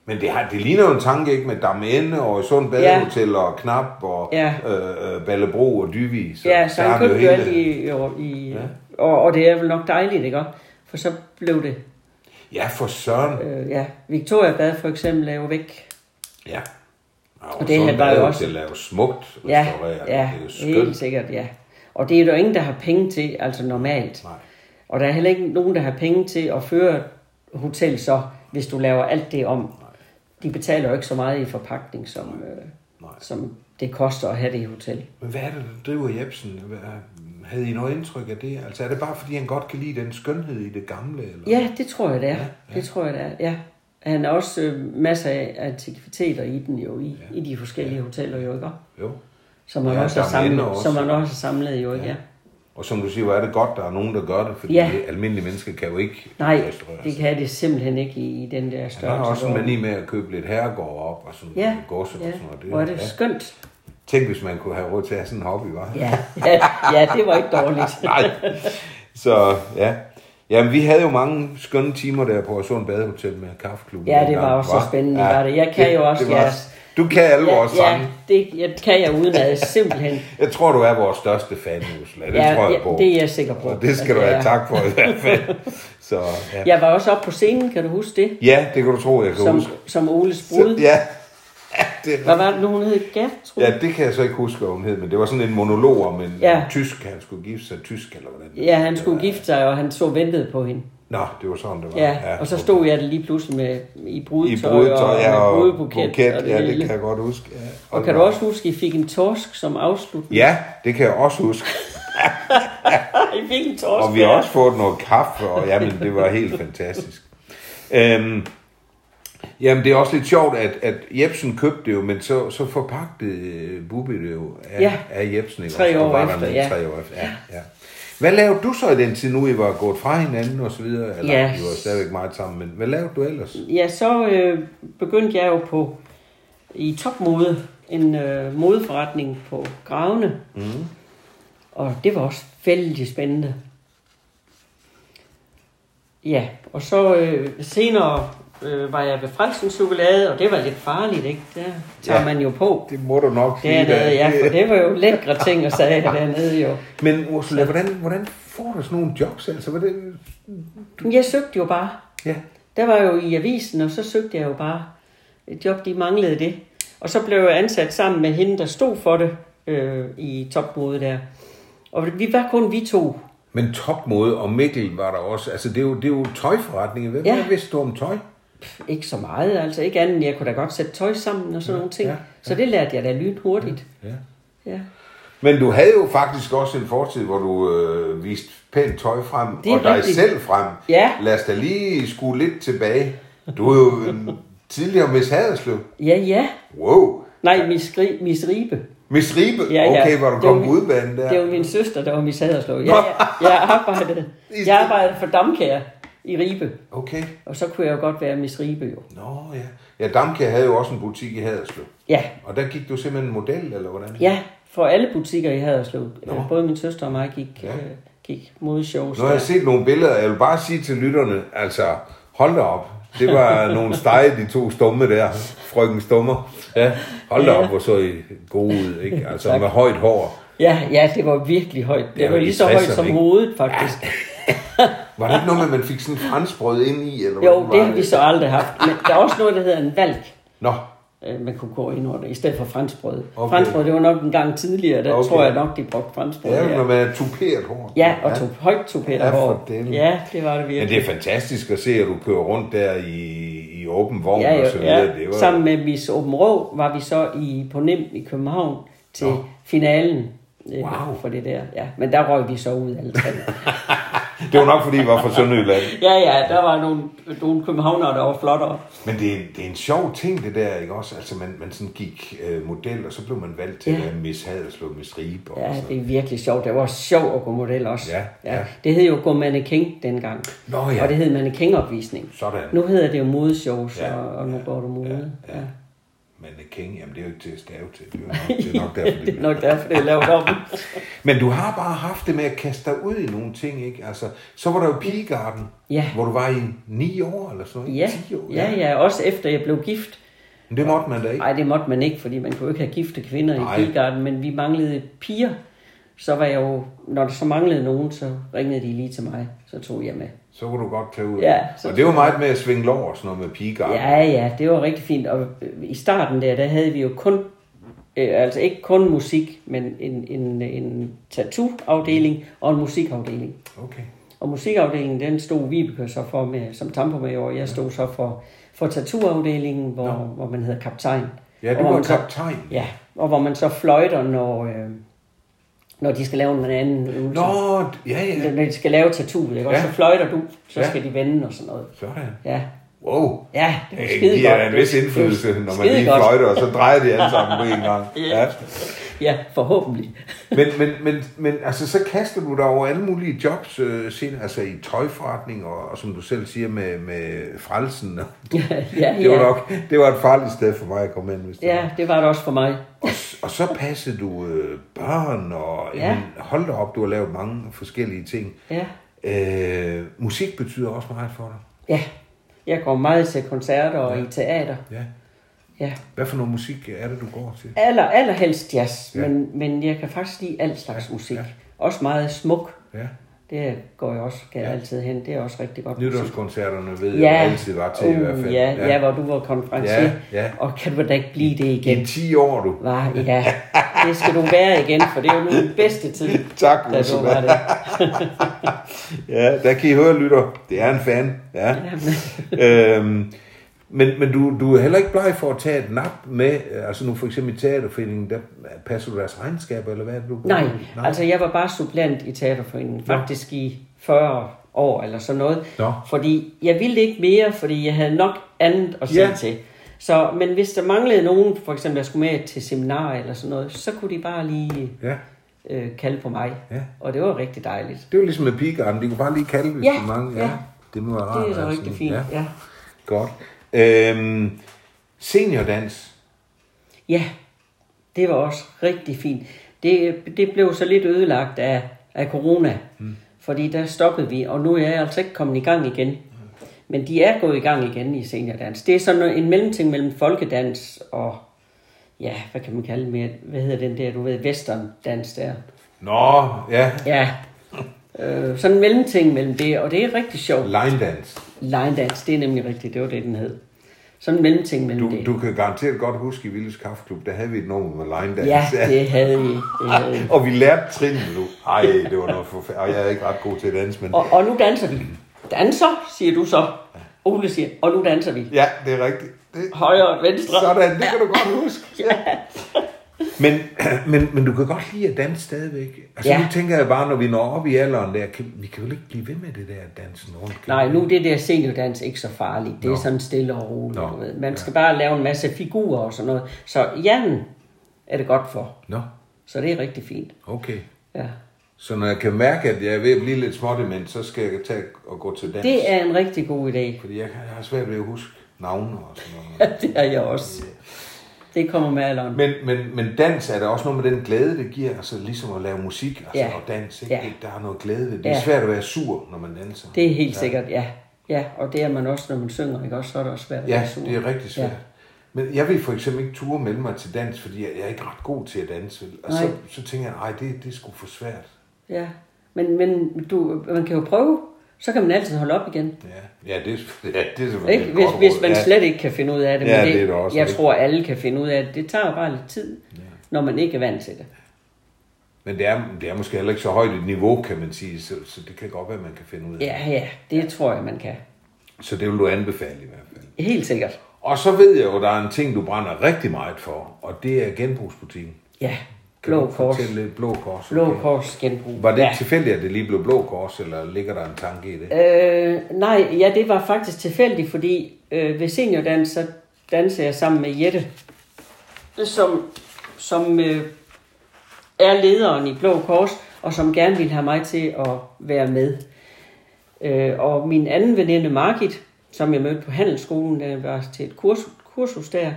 Speaker 1: Men det, har, det ligner jo en tanke, ikke? Med Damene og Sund Badehotel og Knap og
Speaker 2: Ja.
Speaker 1: øh, øh, Ballebro og Dyvi.
Speaker 2: Så, ja, så
Speaker 1: der
Speaker 2: han
Speaker 1: har vi
Speaker 2: købte jo alt
Speaker 1: hele-
Speaker 2: i... Jo, i ja. og, og det er vel nok dejligt, ikke også? For så blev det...
Speaker 1: Ja, for søren.
Speaker 2: Øh, ja, Victoria Bad for eksempel er jo væk.
Speaker 1: Ja. Og,
Speaker 2: Og det her var jo også-
Speaker 1: Det er jo smukt
Speaker 2: Ja,
Speaker 1: restaureret.
Speaker 2: ja
Speaker 1: det er jo
Speaker 2: helt
Speaker 1: skønt.
Speaker 2: sikkert, ja. Og det er der ingen, der har penge til, altså normalt.
Speaker 1: Nej.
Speaker 2: Og der er heller ikke nogen, der har penge til at føre et hotel så, hvis du laver alt det om. De betaler jo ikke så meget i forpakning, som, øh,
Speaker 1: Nej.
Speaker 2: som det koster at have det i hotel.
Speaker 1: Men hvad er det, der driver Jebsen? Hvad- Havde I noget indtryk af det? Altså er det bare, fordi han godt kan lide den skønhed i det gamle? Eller?
Speaker 2: Ja, det tror jeg, det er. Ja, ja. Det tror jeg, det er, ja. Han har også øh, masser af antikviteter i den jo, i, ja. i de forskellige ja. hoteller jo, ikke?
Speaker 1: Jo.
Speaker 2: Som han,
Speaker 1: Ja,
Speaker 2: ja, også, har
Speaker 1: der er minder
Speaker 2: samlet,
Speaker 1: også.
Speaker 2: også. Som han også har samlet jo, ikke? Ja.
Speaker 1: Og som du siger, hvor er det godt, der er nogen, der gør det, fordi
Speaker 2: Ja.
Speaker 1: ja. almindelige mennesker kan jo ikke
Speaker 2: Nej,
Speaker 1: restaurere
Speaker 2: det
Speaker 1: sig.
Speaker 2: kan det simpelthen ikke i, i den der
Speaker 1: Der er
Speaker 2: størrelse.
Speaker 1: også en
Speaker 2: hvor-
Speaker 1: mani med at købe lidt herregård op og sådan
Speaker 2: Ja,
Speaker 1: noget gods og
Speaker 2: ja.
Speaker 1: sådan noget.
Speaker 2: Hvor er det skønt.
Speaker 1: Tænk, hvis man kunne have råd til at have sådan en hobby, var?
Speaker 2: Ja, ja, ja det var ikke dårligt.
Speaker 1: Nej. Så ja. Jamen, vi havde jo mange skønne timer der på Øresund Badehotel med kaffeklubben.
Speaker 2: Ja, det
Speaker 1: dengang,
Speaker 2: var også så
Speaker 1: hva'?
Speaker 2: spændende, var det. Jeg kan jo også
Speaker 1: var-
Speaker 2: jeres-
Speaker 1: Du kan alle
Speaker 2: Ja,
Speaker 1: vores sange.
Speaker 2: ja det jeg, kan jeg udenad, simpelthen.
Speaker 1: Jeg tror, du er vores største fan, Ursula. Det
Speaker 2: Ja,
Speaker 1: tror jeg
Speaker 2: ja,
Speaker 1: på.
Speaker 2: det er jeg sikker på.
Speaker 1: Og det skal
Speaker 2: at
Speaker 1: du
Speaker 2: jeg
Speaker 1: have
Speaker 2: er.
Speaker 1: tak for i hvert fald. Så ja.
Speaker 2: Jeg var også oppe på scenen, kan du huske det?
Speaker 1: Ja, det kan du tro, jeg kan
Speaker 2: Som,
Speaker 1: huske.
Speaker 2: som Oles
Speaker 1: Så,
Speaker 2: brud.
Speaker 1: ja. ja, det er
Speaker 2: Hvad var det nu, hun hed? Gertrud?
Speaker 1: Ja, det kan jeg så ikke huske, hvad hun hed, men det var sådan en monolog om en
Speaker 2: Ja.
Speaker 1: tysk, han skulle gifte sig tysk, eller hvordan det
Speaker 2: Ja,
Speaker 1: var.
Speaker 2: han skulle gifte sig, og han så ventede på hende.
Speaker 1: Nå, det var sådan, det var.
Speaker 2: Ja, og så stod jeg der lige pludselig med, i
Speaker 1: i
Speaker 2: brudetøj,
Speaker 1: brudetøj
Speaker 2: og,
Speaker 1: ja,
Speaker 2: med
Speaker 1: og
Speaker 2: brudebuket.
Speaker 1: buket.
Speaker 2: og det
Speaker 1: ja, det
Speaker 2: hele.
Speaker 1: kan jeg godt huske. Ja.
Speaker 2: og kan du også huske, at I fik en torsk som afslutning?
Speaker 1: Ja, det kan jeg også huske.
Speaker 2: I fik en torsk.
Speaker 1: Og vi har også fået noget kaffe, og jamen, det var helt fantastisk. Øhm, jamen, det er også lidt sjovt, at, at Jebsen købte det jo, men så, så forpagtede Bubi det jo af,
Speaker 2: Ja.
Speaker 1: af Jebsen. Ikke?
Speaker 2: Tre
Speaker 1: også? Og
Speaker 2: år
Speaker 1: var der
Speaker 2: efter,
Speaker 1: med
Speaker 2: ja.
Speaker 1: Tre år efter, ja, ja. Hvad lavede du så i den tid nu, I var gået fra hinanden og så videre? Eller,
Speaker 2: Ja.
Speaker 1: I var stadigvæk meget sammen, men hvad lavede du ellers?
Speaker 2: Ja, så øh, begyndte jeg jo på, i topmode, en øh, modeforretning på Gravene. Mm. Og det var også vældig spændende. Ja, og så øh, senere øh, var jeg ved Frelsens Chokolade, og det var lidt farligt, ikke? Der
Speaker 1: Ja.
Speaker 2: tager ja. man jo på.
Speaker 1: Det må du nok sige.
Speaker 2: Dernede,
Speaker 1: da.
Speaker 2: ja, for det var jo lækre ting at sige dernede jo.
Speaker 1: Men Ursula, hvordan, hvordan får du sådan nogle jobs? Altså, hvordan,
Speaker 2: Men jeg søgte jo bare.
Speaker 1: ja.
Speaker 2: Der var jo i avisen, og så søgte jeg jo bare et job, de manglede det. Og så blev jeg ansat sammen med hende, der stod for det øh, i topmodet der. Og vi var kun vi to.
Speaker 1: Men topmode og Mikkel var der også. Altså, det er jo, det er jo tøjforretningen. Hvem
Speaker 2: Ja.
Speaker 1: ja. vidste du om tøj?
Speaker 2: Pff, Ikke så meget, altså ikke andet end, jeg kunne da godt sætte tøj sammen og sådan ja, nogle ting.
Speaker 1: ja,
Speaker 2: Ja,
Speaker 1: ja.
Speaker 2: ja. Så det lærte jeg da lynhurtigt.
Speaker 1: Ja.
Speaker 2: Ja. Ja.
Speaker 1: Men du havde jo faktisk også en fortid, hvor du øh, viste pænt tøj frem,
Speaker 2: Det er
Speaker 1: og dig
Speaker 2: rigtigt.
Speaker 1: selv frem.
Speaker 2: Ja.
Speaker 1: Lad os da lige skue lidt tilbage. Du er jo en tidligere Miss Haderslev.
Speaker 2: ja, ja.
Speaker 1: Wow.
Speaker 2: Nej, Miss, Gri- Miss Ribe.
Speaker 1: Miss Ribe.
Speaker 2: Ja, ja.
Speaker 1: Okay, hvor du
Speaker 2: Det var
Speaker 1: kom
Speaker 2: min-
Speaker 1: på udbanen der.
Speaker 2: Det var min søster, der var Miss Haderslov. Ja, jeg, jeg, arbejdede, jeg arbejdede for Damkær i Ribe.
Speaker 1: Okay.
Speaker 2: Og så kunne jeg jo godt være Miss Ribe jo.
Speaker 1: Nå ja. Ja, Damkær havde jo også en butik i Haderslev.
Speaker 2: Ja,
Speaker 1: Og der gik du simpelthen model, eller hvordan?
Speaker 2: ja for alle butikker i Haderslev. Øh,
Speaker 1: Nå.
Speaker 2: Både min søster og mig gik,
Speaker 1: Ja.
Speaker 2: ja. øh, gik modeshows.
Speaker 1: Nu har jeg
Speaker 2: der.
Speaker 1: set nogle billeder, jeg vil bare sige til lytterne, altså, hold da op. Det var nogle stege, de to stumme der, frøken stummer. Ja, hold da op, hvor så I gode ud, ikke? Altså,
Speaker 2: Tak.
Speaker 1: med højt hår.
Speaker 2: Ja, ja, det var virkelig højt. Det,
Speaker 1: Ja,
Speaker 2: var
Speaker 1: i
Speaker 2: lige så højt
Speaker 1: 60'erne,
Speaker 2: som
Speaker 1: ikke?
Speaker 2: hovedet, faktisk.
Speaker 1: Var det ikke noget med, at man fik sådan en franskbrød ind i? Eller hvordan
Speaker 2: Jo,
Speaker 1: var
Speaker 2: det har vi så aldrig haft. Men der er også noget, der hedder en valg,
Speaker 1: Nå,
Speaker 2: øh, man kunne gå ind under, i stedet for franskbrød.
Speaker 1: Okay.
Speaker 2: Okay. Franskbrød, det var nok en gang tidligere, der
Speaker 1: Okay.
Speaker 2: okay. tror jeg nok, de brugte franskbrød.
Speaker 1: det er jo, når
Speaker 2: Ja,
Speaker 1: man er tuperet hår.
Speaker 2: ja og tog højt tuperet
Speaker 1: Ja, for
Speaker 2: hår.
Speaker 1: dælen.
Speaker 2: Ja, det var det virkelig.
Speaker 1: Men det er fantastisk at se, at du kører rundt der i, i åben vogn
Speaker 2: Ja,
Speaker 1: og så
Speaker 2: jo,
Speaker 1: videre.
Speaker 2: ja.
Speaker 1: Det
Speaker 2: Var...
Speaker 1: var,
Speaker 2: Sammen med Miss Åben Rå var vi så i, på Nem i København til
Speaker 1: Nå.
Speaker 2: finalen øh,
Speaker 1: Wow.
Speaker 2: for det der. Ja, men der røg vi så ud alle tre.
Speaker 1: det var nok, fordi I var fra Sønderjylland.
Speaker 2: ja, ja, der var nogle, nogle københavnere, der var flottere.
Speaker 1: Men det er, det er en sjov ting, det der, ikke også? Altså, man, man sådan gik øh, model, og så blev man valgt til
Speaker 2: Ja.
Speaker 1: at være Miss Haderslev, Miss Ribe og
Speaker 2: Ja,
Speaker 1: sådan
Speaker 2: det er virkelig sjovt. Det var sjovt at gå model også.
Speaker 1: Ja, ja.
Speaker 2: Det hed jo gå mannequin dengang.
Speaker 1: Nå ja.
Speaker 2: Og det hed mannequinopvisning.
Speaker 1: Sådan.
Speaker 2: Nu hedder det jo modeshows,
Speaker 1: Ja,
Speaker 2: ja, og, og nu går du mode. Ja, ja.
Speaker 1: Men øh, King, jamen det er jo ikke til at stave til. Det er jo nok, det er nok derfor,
Speaker 2: Det
Speaker 1: det
Speaker 2: er nok derfor, det er lavet om.
Speaker 1: Men du har bare haft det med at kaste dig ud i nogle ting, ikke? Altså, så var der jo Pigegarden,
Speaker 2: Ja.
Speaker 1: hvor du var i ni år eller sådan
Speaker 2: Ja,
Speaker 1: 10 år,
Speaker 2: ja, ja. Også efter jeg blev gift,
Speaker 1: Men det måtte man da ikke.
Speaker 2: Nej, det måtte man ikke, fordi man kunne jo ikke have gifte kvinder
Speaker 1: Nej.
Speaker 2: Nej. i pigegarden, men vi manglede piger. Så var jeg jo, når der så manglede nogen, så ringede de lige til mig, så tog jeg med.
Speaker 1: Så kunne du godt tage ud.
Speaker 2: Ja, så-
Speaker 1: og det var meget med at svinge lov og sådan noget med Pigegarden.
Speaker 2: Ja, ja, det var rigtig fint. Og øh, i starten der, der havde vi jo kun, øh, altså ikke kun musik, men en, en, en tattoo-afdeling og en musikafdeling.
Speaker 1: Okay.
Speaker 2: Og musikafdelingen, den stod Vibeke så for med, som tampomajor. Jeg stod så for, for tattooafdelingen, hvor, hvor man hedder kaptajn.
Speaker 1: Ja,
Speaker 2: Og
Speaker 1: du
Speaker 2: hvor
Speaker 1: var
Speaker 2: man så-
Speaker 1: kaptajn.
Speaker 2: Ja, og hvor man så fløjter, når, øh, når de skal lave en anden øvelse.
Speaker 1: Nå, ja, ja.
Speaker 2: Når de skal lave tattooet, ikke? Og
Speaker 1: Ja.
Speaker 2: så fløjter du, så
Speaker 1: Ja.
Speaker 2: skal de vende og sådan noget.
Speaker 1: Sådan.
Speaker 2: Ja,
Speaker 1: Wow.
Speaker 2: ja det var
Speaker 1: Det
Speaker 2: skide
Speaker 1: giver
Speaker 2: godt.
Speaker 1: da en vis indflydelse, når man lige
Speaker 2: godt.
Speaker 1: fløjter, og så drejer de alle sammen på en gang.
Speaker 2: Ja. Ja, forhåbentlig.
Speaker 1: Men, men, men, men altså, så kaster du dig over alle mulige jobs øh, senere, altså i tøjforretning, og, og som du selv siger, med, med frelsen.
Speaker 2: Ja, ja,
Speaker 1: Det var
Speaker 2: ja.
Speaker 1: nok det var et farligt sted for mig at komme ind, hvis det var.
Speaker 2: ja, det var det også for mig.
Speaker 1: og, og så passede du øh, børn, og
Speaker 2: Ja.
Speaker 1: jamen, hold da op, du har lavet mange forskellige ting.
Speaker 2: Ja.
Speaker 1: Øh, musik betyder også meget for dig.
Speaker 2: ja, jeg går meget til koncerter og i teater.
Speaker 1: Ja.
Speaker 2: Ja.
Speaker 1: Hvad for noget musik er det, du går til?
Speaker 2: Aller, allerhelst jazz,
Speaker 1: Ja.
Speaker 2: ja. men, men jeg kan faktisk lide al slags musik.
Speaker 1: ja.
Speaker 2: Også meget smuk.
Speaker 1: Ja.
Speaker 2: Det går jeg også kan jeg altid hen. Det er også rigtig godt. musik.
Speaker 1: Nytårskoncerterne ved jeg ja. altid var til uh, i hvert fald.
Speaker 2: Ja, ja. ja, hvor du var konferencier.
Speaker 1: Ja, ja.
Speaker 2: Og kan du da ikke blive det igen?
Speaker 1: I 10 år, du.
Speaker 2: Var, ja, det skal du være igen, for det er jo nu den bedste tid,
Speaker 1: Tak,
Speaker 2: da du
Speaker 1: Ursula.
Speaker 2: var det.
Speaker 1: Ja, der kan I høre, lytter. Det er en fan. Ja. øhm, men men du, du er heller ikke bleg for at tage et nap med, øh, altså nu for eksempel i teaterforeningen, der øh, passer du deres regnskaber, eller hvad er det, du bruger?
Speaker 2: Nej, altså jeg var bare supplant i teaterforeningen, faktisk i 40 år eller sådan noget.
Speaker 1: Nå.
Speaker 2: Fordi jeg ville ikke mere, fordi jeg havde nok andet at se
Speaker 1: Ja.
Speaker 2: ja. til. Så, men hvis der manglede nogen, for eksempel der skulle med til seminar eller sådan noget, så kunne de bare lige
Speaker 1: Ja,
Speaker 2: øh, kalde på mig.
Speaker 1: Ja.
Speaker 2: Og det var rigtig dejligt.
Speaker 1: det er jo ligesom med pigegarden, de kunne bare lige kalde, hvis
Speaker 2: Ja,
Speaker 1: de mange.
Speaker 2: ja.
Speaker 1: Det må være rart.
Speaker 2: Det er da
Speaker 1: altså.
Speaker 2: rigtig fint,
Speaker 1: Ja,
Speaker 2: ja.
Speaker 1: godt. Øhm, seniordans.
Speaker 2: Ja, det var også rigtig fint. Det, det blev så lidt ødelagt af, af corona, mm. fordi der stoppede vi, og nu er jeg altså ikke kommet i gang igen. Men de er gået i gang igen i seniordans. Det er sådan en mellemting mellem folkedans og, ja, hvad kan man kalde det mere? Hvad hedder den der, du ved, westerndans der?
Speaker 1: Nå, ja.
Speaker 2: Ja, øh, sådan en mellemting mellem det, og det er rigtig sjovt.
Speaker 1: Line dance.
Speaker 2: Line dance, det er nemlig rigtigt, det var det, den hed. sådan en mellemting mellem
Speaker 1: Du,
Speaker 2: det.
Speaker 1: du kan garanteret godt huske i Vildes Kaffeklub, der havde vi et nummer med line dance.
Speaker 2: ja, det havde I. Det havde I.
Speaker 1: Og vi lærte trin nu. Ej, det var noget forfærdeligt. Og jeg er ikke ret god til at danse, men...
Speaker 2: Og, og nu danser vi. Danser, siger du så. Ole siger, og nu danser vi.
Speaker 1: Ja, det er rigtigt. Det...
Speaker 2: Højre og venstre.
Speaker 1: Sådan, det kan du godt huske. Ja. Men, men, men du kan godt lide at danse stadigvæk. Altså, ja.
Speaker 2: Ja.
Speaker 1: nu tænker jeg bare, når vi når op i alderen der, kan, vi kan jo ikke blive ved med det der dansen rundt. kan
Speaker 2: Nej,
Speaker 1: vi?
Speaker 2: nu er det der seniordans ikke så farligt. Det er
Speaker 1: Nå.
Speaker 2: sådan stille og roligt.
Speaker 1: Nå,
Speaker 2: Du ved. Man skal bare lave en masse figurer og sådan noget. Så hjernen er det godt for.
Speaker 1: Nå,
Speaker 2: Så det er rigtig fint.
Speaker 1: okay.
Speaker 2: Ja.
Speaker 1: Så når jeg kan mærke, at jeg er ved at blive lidt smådement, så skal jeg tage og gå til dans.
Speaker 2: Det er en rigtig god idé.
Speaker 1: Fordi jeg, kan- jeg har svært ved at huske navne og sådan noget.
Speaker 2: det er jeg også. Det kommer med alderen.
Speaker 1: Men, men, men dans er der også noget med den glæde, det giver, altså ligesom at lave musik altså, ja.
Speaker 2: Ja.
Speaker 1: og dans. Ikke?
Speaker 2: Ja.
Speaker 1: Ja. Der er noget glæde ved det. Det er
Speaker 2: Ja.
Speaker 1: svært at være sur, når man danser.
Speaker 2: Det er helt sikkert, ja. Ja, og det er man også, når man synger, ikke også? Så er det også svært at
Speaker 1: Ja,
Speaker 2: være sur.
Speaker 1: det er rigtig svært. Ja. Men jeg vil for eksempel ikke ture melde mig til dans, fordi jeg, jeg er ikke ret god til at danse. vel? Og så,
Speaker 2: Nej.
Speaker 1: så tænker jeg, nej, det, det er sgu for svært.
Speaker 2: Ja, men, men du, man kan jo prøve. Så kan man altid holde op igen.
Speaker 1: Ja, ja det, er- ja, det er selvfølgelig
Speaker 2: Ikke?
Speaker 1: et
Speaker 2: Hvis,
Speaker 1: godt
Speaker 2: hvis
Speaker 1: råd.
Speaker 2: man
Speaker 1: ja.
Speaker 2: slet ikke kan finde ud af det.
Speaker 1: Ja,
Speaker 2: men
Speaker 1: det er der også,
Speaker 2: jeg
Speaker 1: ikke?
Speaker 2: tror, alle kan finde ud af det. Det tager jo bare lidt tid, ja. når man ikke er vant til det.
Speaker 1: Men det er, det er måske heller ikke så højt et niveau, kan man sige, så, så det kan godt være, man kan finde ud af.
Speaker 2: Ja, ja, det tror jeg, man kan.
Speaker 1: Så det vil du anbefale i hvert fald.
Speaker 2: Helt sikkert.
Speaker 1: Og så ved jeg jo, der er en ting, du brænder rigtig meget for, og det er genbrugsbutikken.
Speaker 2: Ja,
Speaker 1: Kan
Speaker 2: blå
Speaker 1: du
Speaker 2: kors.
Speaker 1: fortælle lidt? Blå kors.
Speaker 2: Blå
Speaker 1: okay.
Speaker 2: kors genbrug.
Speaker 1: Var det
Speaker 2: ja.
Speaker 1: ja. tilfældigt, at det lige blev blå kors, eller ligger der en tanke i det?
Speaker 2: Øh, nej, ja, det var faktisk tilfældigt, fordi øh, ved seniordans, så dansede jeg sammen med Jette, som, som øh, er lederen i Blå Kors, og som gerne ville have mig til at være med. Øh, og min anden veninde, Margit, som jeg mødte på handelsskolen, da jeg var til et kursus, kursus der,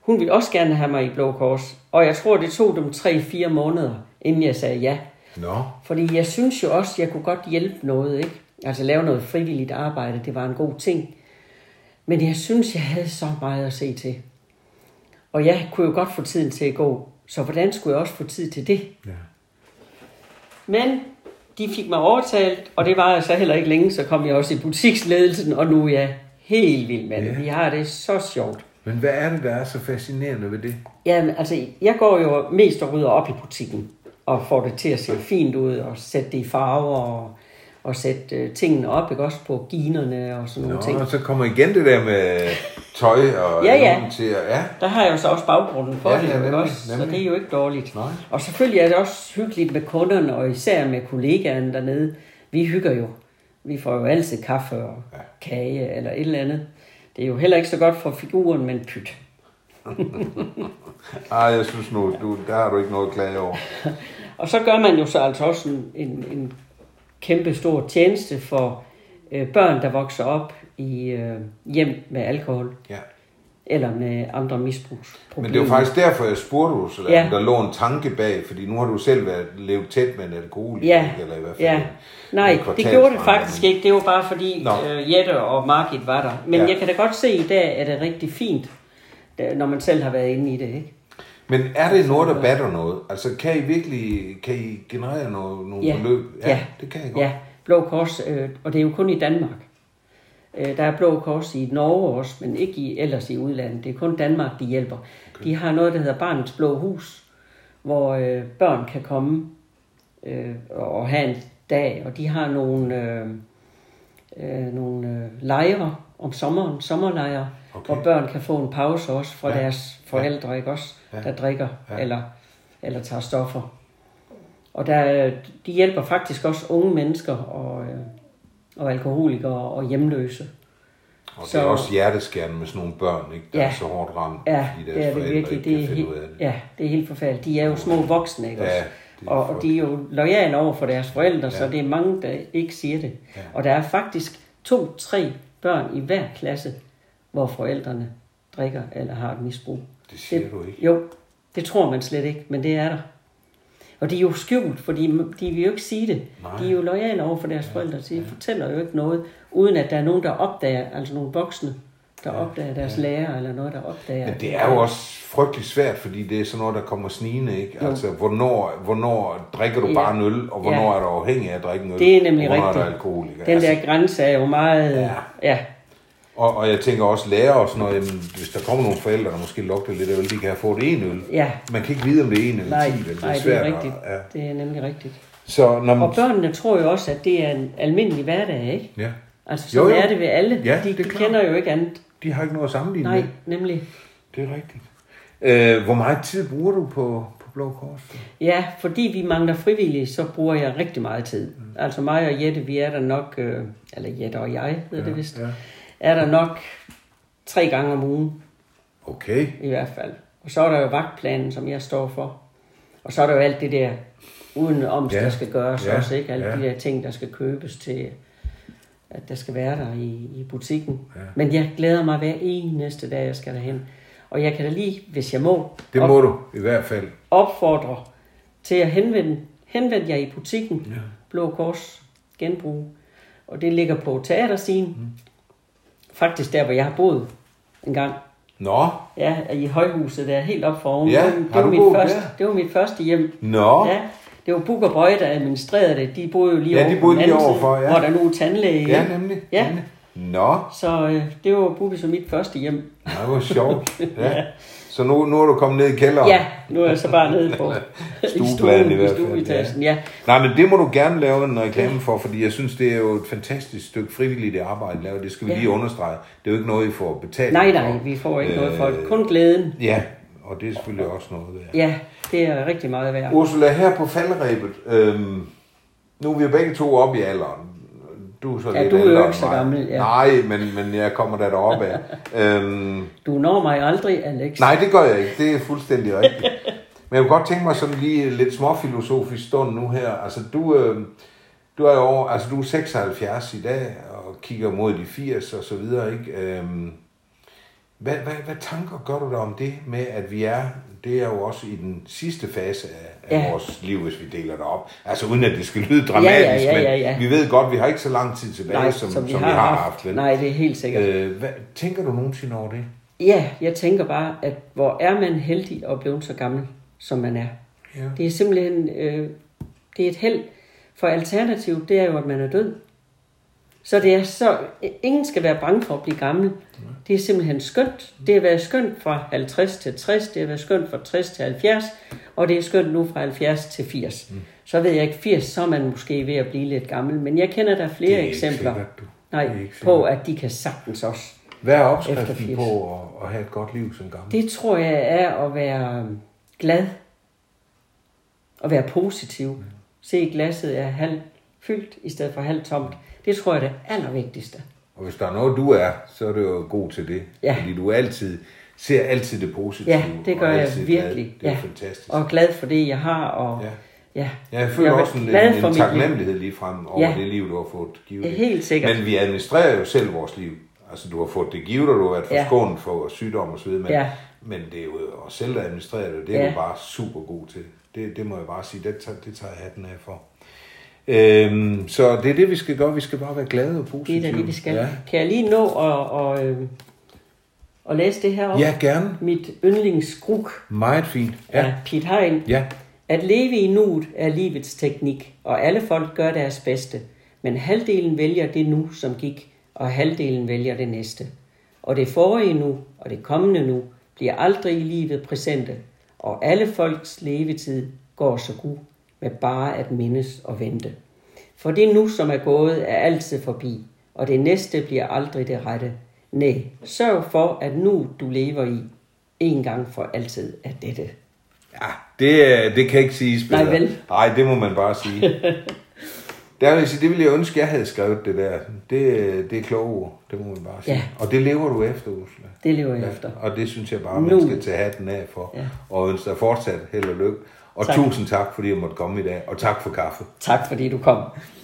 Speaker 2: hun ville også gerne have mig i Blå Kors. Og jeg tror, det tog dem 3-4 måneder, inden jeg sagde ja.
Speaker 1: Nå,
Speaker 2: Fordi jeg synes jo også, jeg kunne godt hjælpe noget, ikke? Altså lave noget frivilligt arbejde, det var en god ting. Men jeg synes, jeg havde så meget at se til. Og jeg kunne jo godt få tiden til at gå, så hvordan skulle jeg også få tid til det?
Speaker 1: ja.
Speaker 2: Men de fik mig overtalt, og det var jeg så heller ikke længe, så kom jeg også i butiksledelsen, og nu er jeg helt vild med det. Vi har det så sjovt.
Speaker 1: Men hvad er det, der er så fascinerende ved det?
Speaker 2: Jamen, altså, jeg går jo mest og rydder op i butikken, og får det til at se fint ud, og sætte det i farver, og, og sætte øh, tingene op, ikke også på ginerne og sådan
Speaker 1: Nå,
Speaker 2: nogle ting.
Speaker 1: og så kommer igen det der med tøj og
Speaker 2: Ja, ja.
Speaker 1: evnen til at... Ja,
Speaker 2: Der har jeg jo så også baggrunden for
Speaker 1: Ja,
Speaker 2: ja, det,
Speaker 1: ja,
Speaker 2: ja,
Speaker 1: nemlig,
Speaker 2: også, så
Speaker 1: nemlig.
Speaker 2: det er jo ikke dårligt.
Speaker 1: Nej.
Speaker 2: Og selvfølgelig er det også hyggeligt med kunderne, og især med kollegaerne dernede. Vi hygger jo. Vi får jo altid kaffe og
Speaker 1: Ja.
Speaker 2: ja. kage eller et eller andet. Det er jo heller ikke så godt for figuren, men pyt.
Speaker 1: Ej, jeg synes nu, du, der har du ikke noget at klage over.
Speaker 2: Og så gør man jo så altså også en, en, en kæmpe stor tjeneste for øh, børn, der vokser op i øh, hjem med alkohol
Speaker 1: Ja.
Speaker 2: eller med andre
Speaker 1: Men
Speaker 2: misbrugsproblemer.
Speaker 1: det var faktisk derfor, jeg spurgte dig, så
Speaker 2: Ja.
Speaker 1: der lå en tanke bag, fordi nu har du selv været, levet tæt med en alkoholiker,
Speaker 2: Ja,
Speaker 1: ikke? eller i hvert fald...
Speaker 2: ja.
Speaker 1: en- en
Speaker 2: Nej, det gjorde det
Speaker 1: kvartalsforandring.
Speaker 2: faktisk ikke. Det var bare fordi
Speaker 1: Nå.
Speaker 2: øh, Jette og Margit var der. Men
Speaker 1: Ja.
Speaker 2: ja. jeg kan da godt se i dag, at det er rigtig fint, da- når man selv har været inde i det. Ikke?
Speaker 1: Men er det noget, der batter noget? Altså, kan I virkelig kan I generere noget, nogle
Speaker 2: Ja.
Speaker 1: beløb?
Speaker 2: Ja.
Speaker 1: det kan I godt.
Speaker 2: Ja, Blå Kors, øh, og det er jo kun i Danmark. Øh, der er Blå Kors i Norge også, men ikke i, ellers i udlandet. Det er kun Danmark, de hjælper. Okay. De har noget, der hedder Barnets Blå Hus, hvor øh, børn kan komme øh, og have en dag, og de har nogle, øh, øh, nogle øh, lejre om sommeren, sommerlejre,
Speaker 1: Okay.
Speaker 2: okay. hvor børn kan få en pause også fra
Speaker 1: Ja.
Speaker 2: ja. deres forældre, ja. ikke også,
Speaker 1: Ja.
Speaker 2: ja. der drikker
Speaker 1: Ja.
Speaker 2: ja. eller, eller tager stoffer. Og der, øh, de hjælper faktisk også unge mennesker og, øh, og alkoholikere og hjemløse.
Speaker 1: Og det
Speaker 2: Så-
Speaker 1: er også hjerteskærende med sådan nogle børn, ikke? der
Speaker 2: Ja.
Speaker 1: er så hårdt ramt,
Speaker 2: Ja,
Speaker 1: fordi deres
Speaker 2: det er det
Speaker 1: forældre
Speaker 2: virkelig.
Speaker 1: ikke
Speaker 2: Det
Speaker 1: kan
Speaker 2: er,
Speaker 1: finde
Speaker 2: helt,
Speaker 1: ud af det.
Speaker 2: ja, det er helt forfærdeligt. De er jo små voksne, ikke
Speaker 1: Ja,
Speaker 2: også?
Speaker 1: det er
Speaker 2: og, og de er jo lojale over for deres forældre, ja. så
Speaker 1: Ja.
Speaker 2: det er mange, der ikke siger det.
Speaker 1: Ja.
Speaker 2: Ja. Og der er faktisk to-tre børn i hver klasse, hvor forældrene drikker eller har et misbrug.
Speaker 1: Det siger du ikke.
Speaker 2: Jo, det tror man slet ikke, men det er der. Og de er jo skjult, fordi m- de vil jo ikke sige det.
Speaker 1: Nej.
Speaker 2: De er jo lojale over for deres ja, forældre, så de ja. fortæller jo ikke noget, uden at der er nogen, der opdager, altså nogle voksne, der ja, opdager deres ja. lærer, eller noget, der opdager.
Speaker 1: Men det er jo også frygtelig svært, fordi det er sådan noget, der kommer snigende, ikke?
Speaker 2: Jo.
Speaker 1: Altså, hvornår, hvornår drikker du
Speaker 2: Ja.
Speaker 1: bare en øl, og hvornår
Speaker 2: Ja.
Speaker 1: er du afhængig af at drikke en øl?
Speaker 2: Det er nemlig
Speaker 1: hvornår er
Speaker 2: rigtigt.
Speaker 1: du alkoholiker?
Speaker 2: Den der grænse er jo meget...
Speaker 1: altså- Ja.
Speaker 2: Ja. ja.
Speaker 1: Og, og jeg tænker også lærer og sådan noget, jamen, hvis der kommer nogle forældre, der måske lugter lidt af øl, de kan have fået en øl.
Speaker 2: Ja,
Speaker 1: Man kan ikke vide, om det er en eller
Speaker 2: nej,
Speaker 1: ti, vel?
Speaker 2: nej, det er
Speaker 1: svært at-
Speaker 2: rigtigt.
Speaker 1: ja.
Speaker 2: Det er nemlig rigtigt.
Speaker 1: Så når man...
Speaker 2: Og børnene tror jo også, at det er en almindelig hverdag, ikke?
Speaker 1: Ja,
Speaker 2: Altså,
Speaker 1: Jo,
Speaker 2: så
Speaker 1: jo.
Speaker 2: er det ved alle.
Speaker 1: Ja,
Speaker 2: de,
Speaker 1: det er
Speaker 2: de
Speaker 1: klart.
Speaker 2: kender jo ikke andet.
Speaker 1: de har ikke noget at sammenligne
Speaker 2: Nej,
Speaker 1: med.
Speaker 2: nemlig.
Speaker 1: Det er rigtigt. Øh, hvor meget tid bruger du på, på Blå Kors?
Speaker 2: Ja, fordi vi mangler frivillige, så bruger jeg rigtig meget tid.
Speaker 1: Mm.
Speaker 2: Altså mig og Jette, vi er der nok, øh, eller Jette og jeg hedder ja, det vist,
Speaker 1: ja.
Speaker 2: er der nok tre gange om ugen
Speaker 1: Okay.
Speaker 2: i hvert fald. Og så er der jo vagtplanen, som jeg står for. Og så er der jo alt det der udenom, ja,
Speaker 1: Ja,
Speaker 2: der skal gøres
Speaker 1: ja,
Speaker 2: ja, også, ikke? Alle
Speaker 1: ja.
Speaker 2: ja. de der ting, der skal købes til, at der skal være der i, i butikken.
Speaker 1: Ja.
Speaker 2: Ja. Men jeg glæder mig hver eneste dag, jeg skal derhen. Og jeg kan da lige, hvis jeg må,
Speaker 1: Det
Speaker 2: op-
Speaker 1: må du i hvert fald.
Speaker 2: opfordrer til at henvende, henvende jer i butikken ja. Blå Kors Genbrug. Og det ligger på teatersiden. Mm. Faktisk der, hvor jeg har boet en gang.
Speaker 1: Nå,
Speaker 2: Ja, i højhuset der, helt op for oven.
Speaker 1: Ja,
Speaker 2: det, var-
Speaker 1: har
Speaker 2: det,
Speaker 1: du
Speaker 2: var
Speaker 1: boet
Speaker 2: mit første,
Speaker 1: der?
Speaker 2: det var mit første hjem.
Speaker 1: nå.
Speaker 2: Ja, det var Buk og Bøje, der administrerede det. De boede jo lige
Speaker 1: Ja,
Speaker 2: over
Speaker 1: de
Speaker 2: på
Speaker 1: boede
Speaker 2: den
Speaker 1: lige
Speaker 2: anden side,
Speaker 1: overfor, ja.
Speaker 2: Hvor der nu er tandlæge.
Speaker 1: Ja, nemlig.
Speaker 2: Ja.
Speaker 1: Nemlig. Nå,
Speaker 2: Så øh, det var Bukke som mit første hjem.
Speaker 1: nej, hvor sjovt. Ja. Så nu, nu er du kommet ned i kælderen.
Speaker 2: Ja, nu er jeg så bare nede på
Speaker 1: Stuepladen i hvert fald, ja.
Speaker 2: stueetagen. Ja.
Speaker 1: Nej, men det må du gerne lave en reklame for, fordi jeg synes, det er jo et fantastisk stykke frivilligt arbejde, I laver. Det skal vi ja.
Speaker 2: Ja.
Speaker 1: lige understrege. Det er jo ikke noget, I får betalt
Speaker 2: Nej,
Speaker 1: for.
Speaker 2: nej, vi får ikke øh... noget for det.
Speaker 1: Øh,
Speaker 2: Kun glæden.
Speaker 1: Ja, og det er selvfølgelig også noget. Ja.
Speaker 2: Ja, det er rigtig meget værd.
Speaker 1: Ursula, her på faldrebet, øhm, nu er vi jo begge to oppe i alderen. Du er så
Speaker 2: Ja,
Speaker 1: lidt
Speaker 2: du er jo
Speaker 1: ældre
Speaker 2: ikke
Speaker 1: end
Speaker 2: så
Speaker 1: mig.
Speaker 2: gammel, ja.
Speaker 1: Nej, men, men jeg kommer da deroppe af. øhm,
Speaker 2: Du når mig aldrig, Alex.
Speaker 1: nej, det gør jeg ikke. Det er fuldstændig rigtigt. Men jeg kunne godt tænke mig sådan lige lidt småfilosofisk stund nu her. Altså, du, øh, du er jo over, altså, du er 76 i dag, og kigger mod de 80 og så videre, ikke? Øhm, hvad, hvad, hvad tanker gør du dig om det med, at vi er, det er jo også i den sidste fase af, af ja.
Speaker 2: Ja.
Speaker 1: vores liv, hvis vi deler det op. Altså uden at det skal lyde dramatisk,
Speaker 2: ja, ja, ja.
Speaker 1: men vi ved godt, vi har ikke så lang tid tilbage,
Speaker 2: nej,
Speaker 1: som, som, vi, som har vi har haft. vel?
Speaker 2: Nej, det er helt sikkert. Øh.
Speaker 1: Øh, hvad, tænker du nogensinde over det?
Speaker 2: Ja, jeg tænker bare, at hvor er man heldig at blive så gammel, som man er.
Speaker 1: Ja.
Speaker 2: Det er simpelthen øh, det er et held. For alternativet, det er jo, at man er død. Så det er så, ingen skal være bange for at blive gammel. Det er simpelthen skønt. Det har været skønt fra 50 til 60, det har været skønt fra 60 til 70, og det er skønt nu fra 70 til 80. Mm. Så ved jeg ikke, 80, så er man måske ved at blive lidt gammel, men jeg kender der flere
Speaker 1: Det er ikke
Speaker 2: eksempler
Speaker 1: sikkert, du.
Speaker 2: nej,
Speaker 1: Det er ikke
Speaker 2: på,
Speaker 1: sikkert.
Speaker 2: at de kan sagtens også.
Speaker 1: Hvad er
Speaker 2: Efter
Speaker 1: opskriften
Speaker 2: 80.
Speaker 1: på at, at have et godt liv som gammel?
Speaker 2: Det tror jeg er at være øhm, glad. At være positiv.
Speaker 1: Mm.
Speaker 2: Se, glasset er halvt fyldt i stedet for halvt tomt. Det tror jeg er det allervigtigste.
Speaker 1: Og hvis der er noget, du er, så er du jo god til det.
Speaker 2: Ja.
Speaker 1: Fordi du altid ser altid det positive.
Speaker 2: Ja, det gør
Speaker 1: og
Speaker 2: jeg
Speaker 1: altid glad.
Speaker 2: virkelig.
Speaker 1: Det er
Speaker 2: ja.
Speaker 1: fantastisk.
Speaker 2: Og glad for det, jeg har. Og,
Speaker 1: Ja.
Speaker 2: ja. ja.
Speaker 1: Ja, jeg føler
Speaker 2: er
Speaker 1: også en,
Speaker 2: glad
Speaker 1: en,
Speaker 2: for
Speaker 1: en
Speaker 2: mit liv.
Speaker 1: taknemmelighed lige frem over ja.
Speaker 2: Ja.
Speaker 1: det liv, du har fået givet.
Speaker 2: Ja,
Speaker 1: det.
Speaker 2: helt sikkert.
Speaker 1: Men vi administrerer jo selv vores liv. Altså, du har fået det givet, og du har været
Speaker 2: Ja.
Speaker 1: forskånet for sygdom og så videre, men,
Speaker 2: Ja.
Speaker 1: men det er jo os selv, der administrerer det, og det er
Speaker 2: Ja.
Speaker 1: du bare super god til. Det, det må jeg bare sige, det tager, det tager jeg hatten af for. Øhm, så det er det, vi skal gøre. Vi skal bare være glade og positive.
Speaker 2: Det er da det, vi skal.
Speaker 1: Ja,
Speaker 2: Ja. Kan jeg lige nå at, og, øh, at læse det her op?
Speaker 1: ja gerne.
Speaker 2: Mit yndlingsgruk
Speaker 1: Meget fint.
Speaker 2: ja. af Piet Hein.
Speaker 1: Ja.
Speaker 2: At leve i nuet er livets teknik, og alle folk gør deres bedste, men halvdelen vælger det nu, som gik, og halvdelen vælger det næste. Og det forrige nu og det kommende nu bliver aldrig i livet præsente, og alle folks levetid går så god med bare at mindes og vente. For det nu, som er gået, er altid forbi, og det næste bliver aldrig det rette. Nej, sørg for, at nu du lever i, en gang for altid er dette.
Speaker 1: Ja, det, er- det kan ikke siges bedre.
Speaker 2: Nej, vel?
Speaker 1: Nej, det må man bare sige. Der vil jeg sige, det ville jeg ønske, jeg havde skrevet det der. Det, det er kloge ord, det må man bare sige.
Speaker 2: Ja.
Speaker 1: Og det lever du efter, Ursula.
Speaker 2: Det lever jeg efter.
Speaker 1: Og det synes jeg bare, man
Speaker 2: Nu.
Speaker 1: skal tage hatten af for.
Speaker 2: Ja.
Speaker 1: Og ønske dig fortsat held og lykke. Og tak.
Speaker 2: Tak.
Speaker 1: tusind tak, fordi jeg måtte komme i dag. Og tak for kaffe.
Speaker 2: Tak fordi du kom.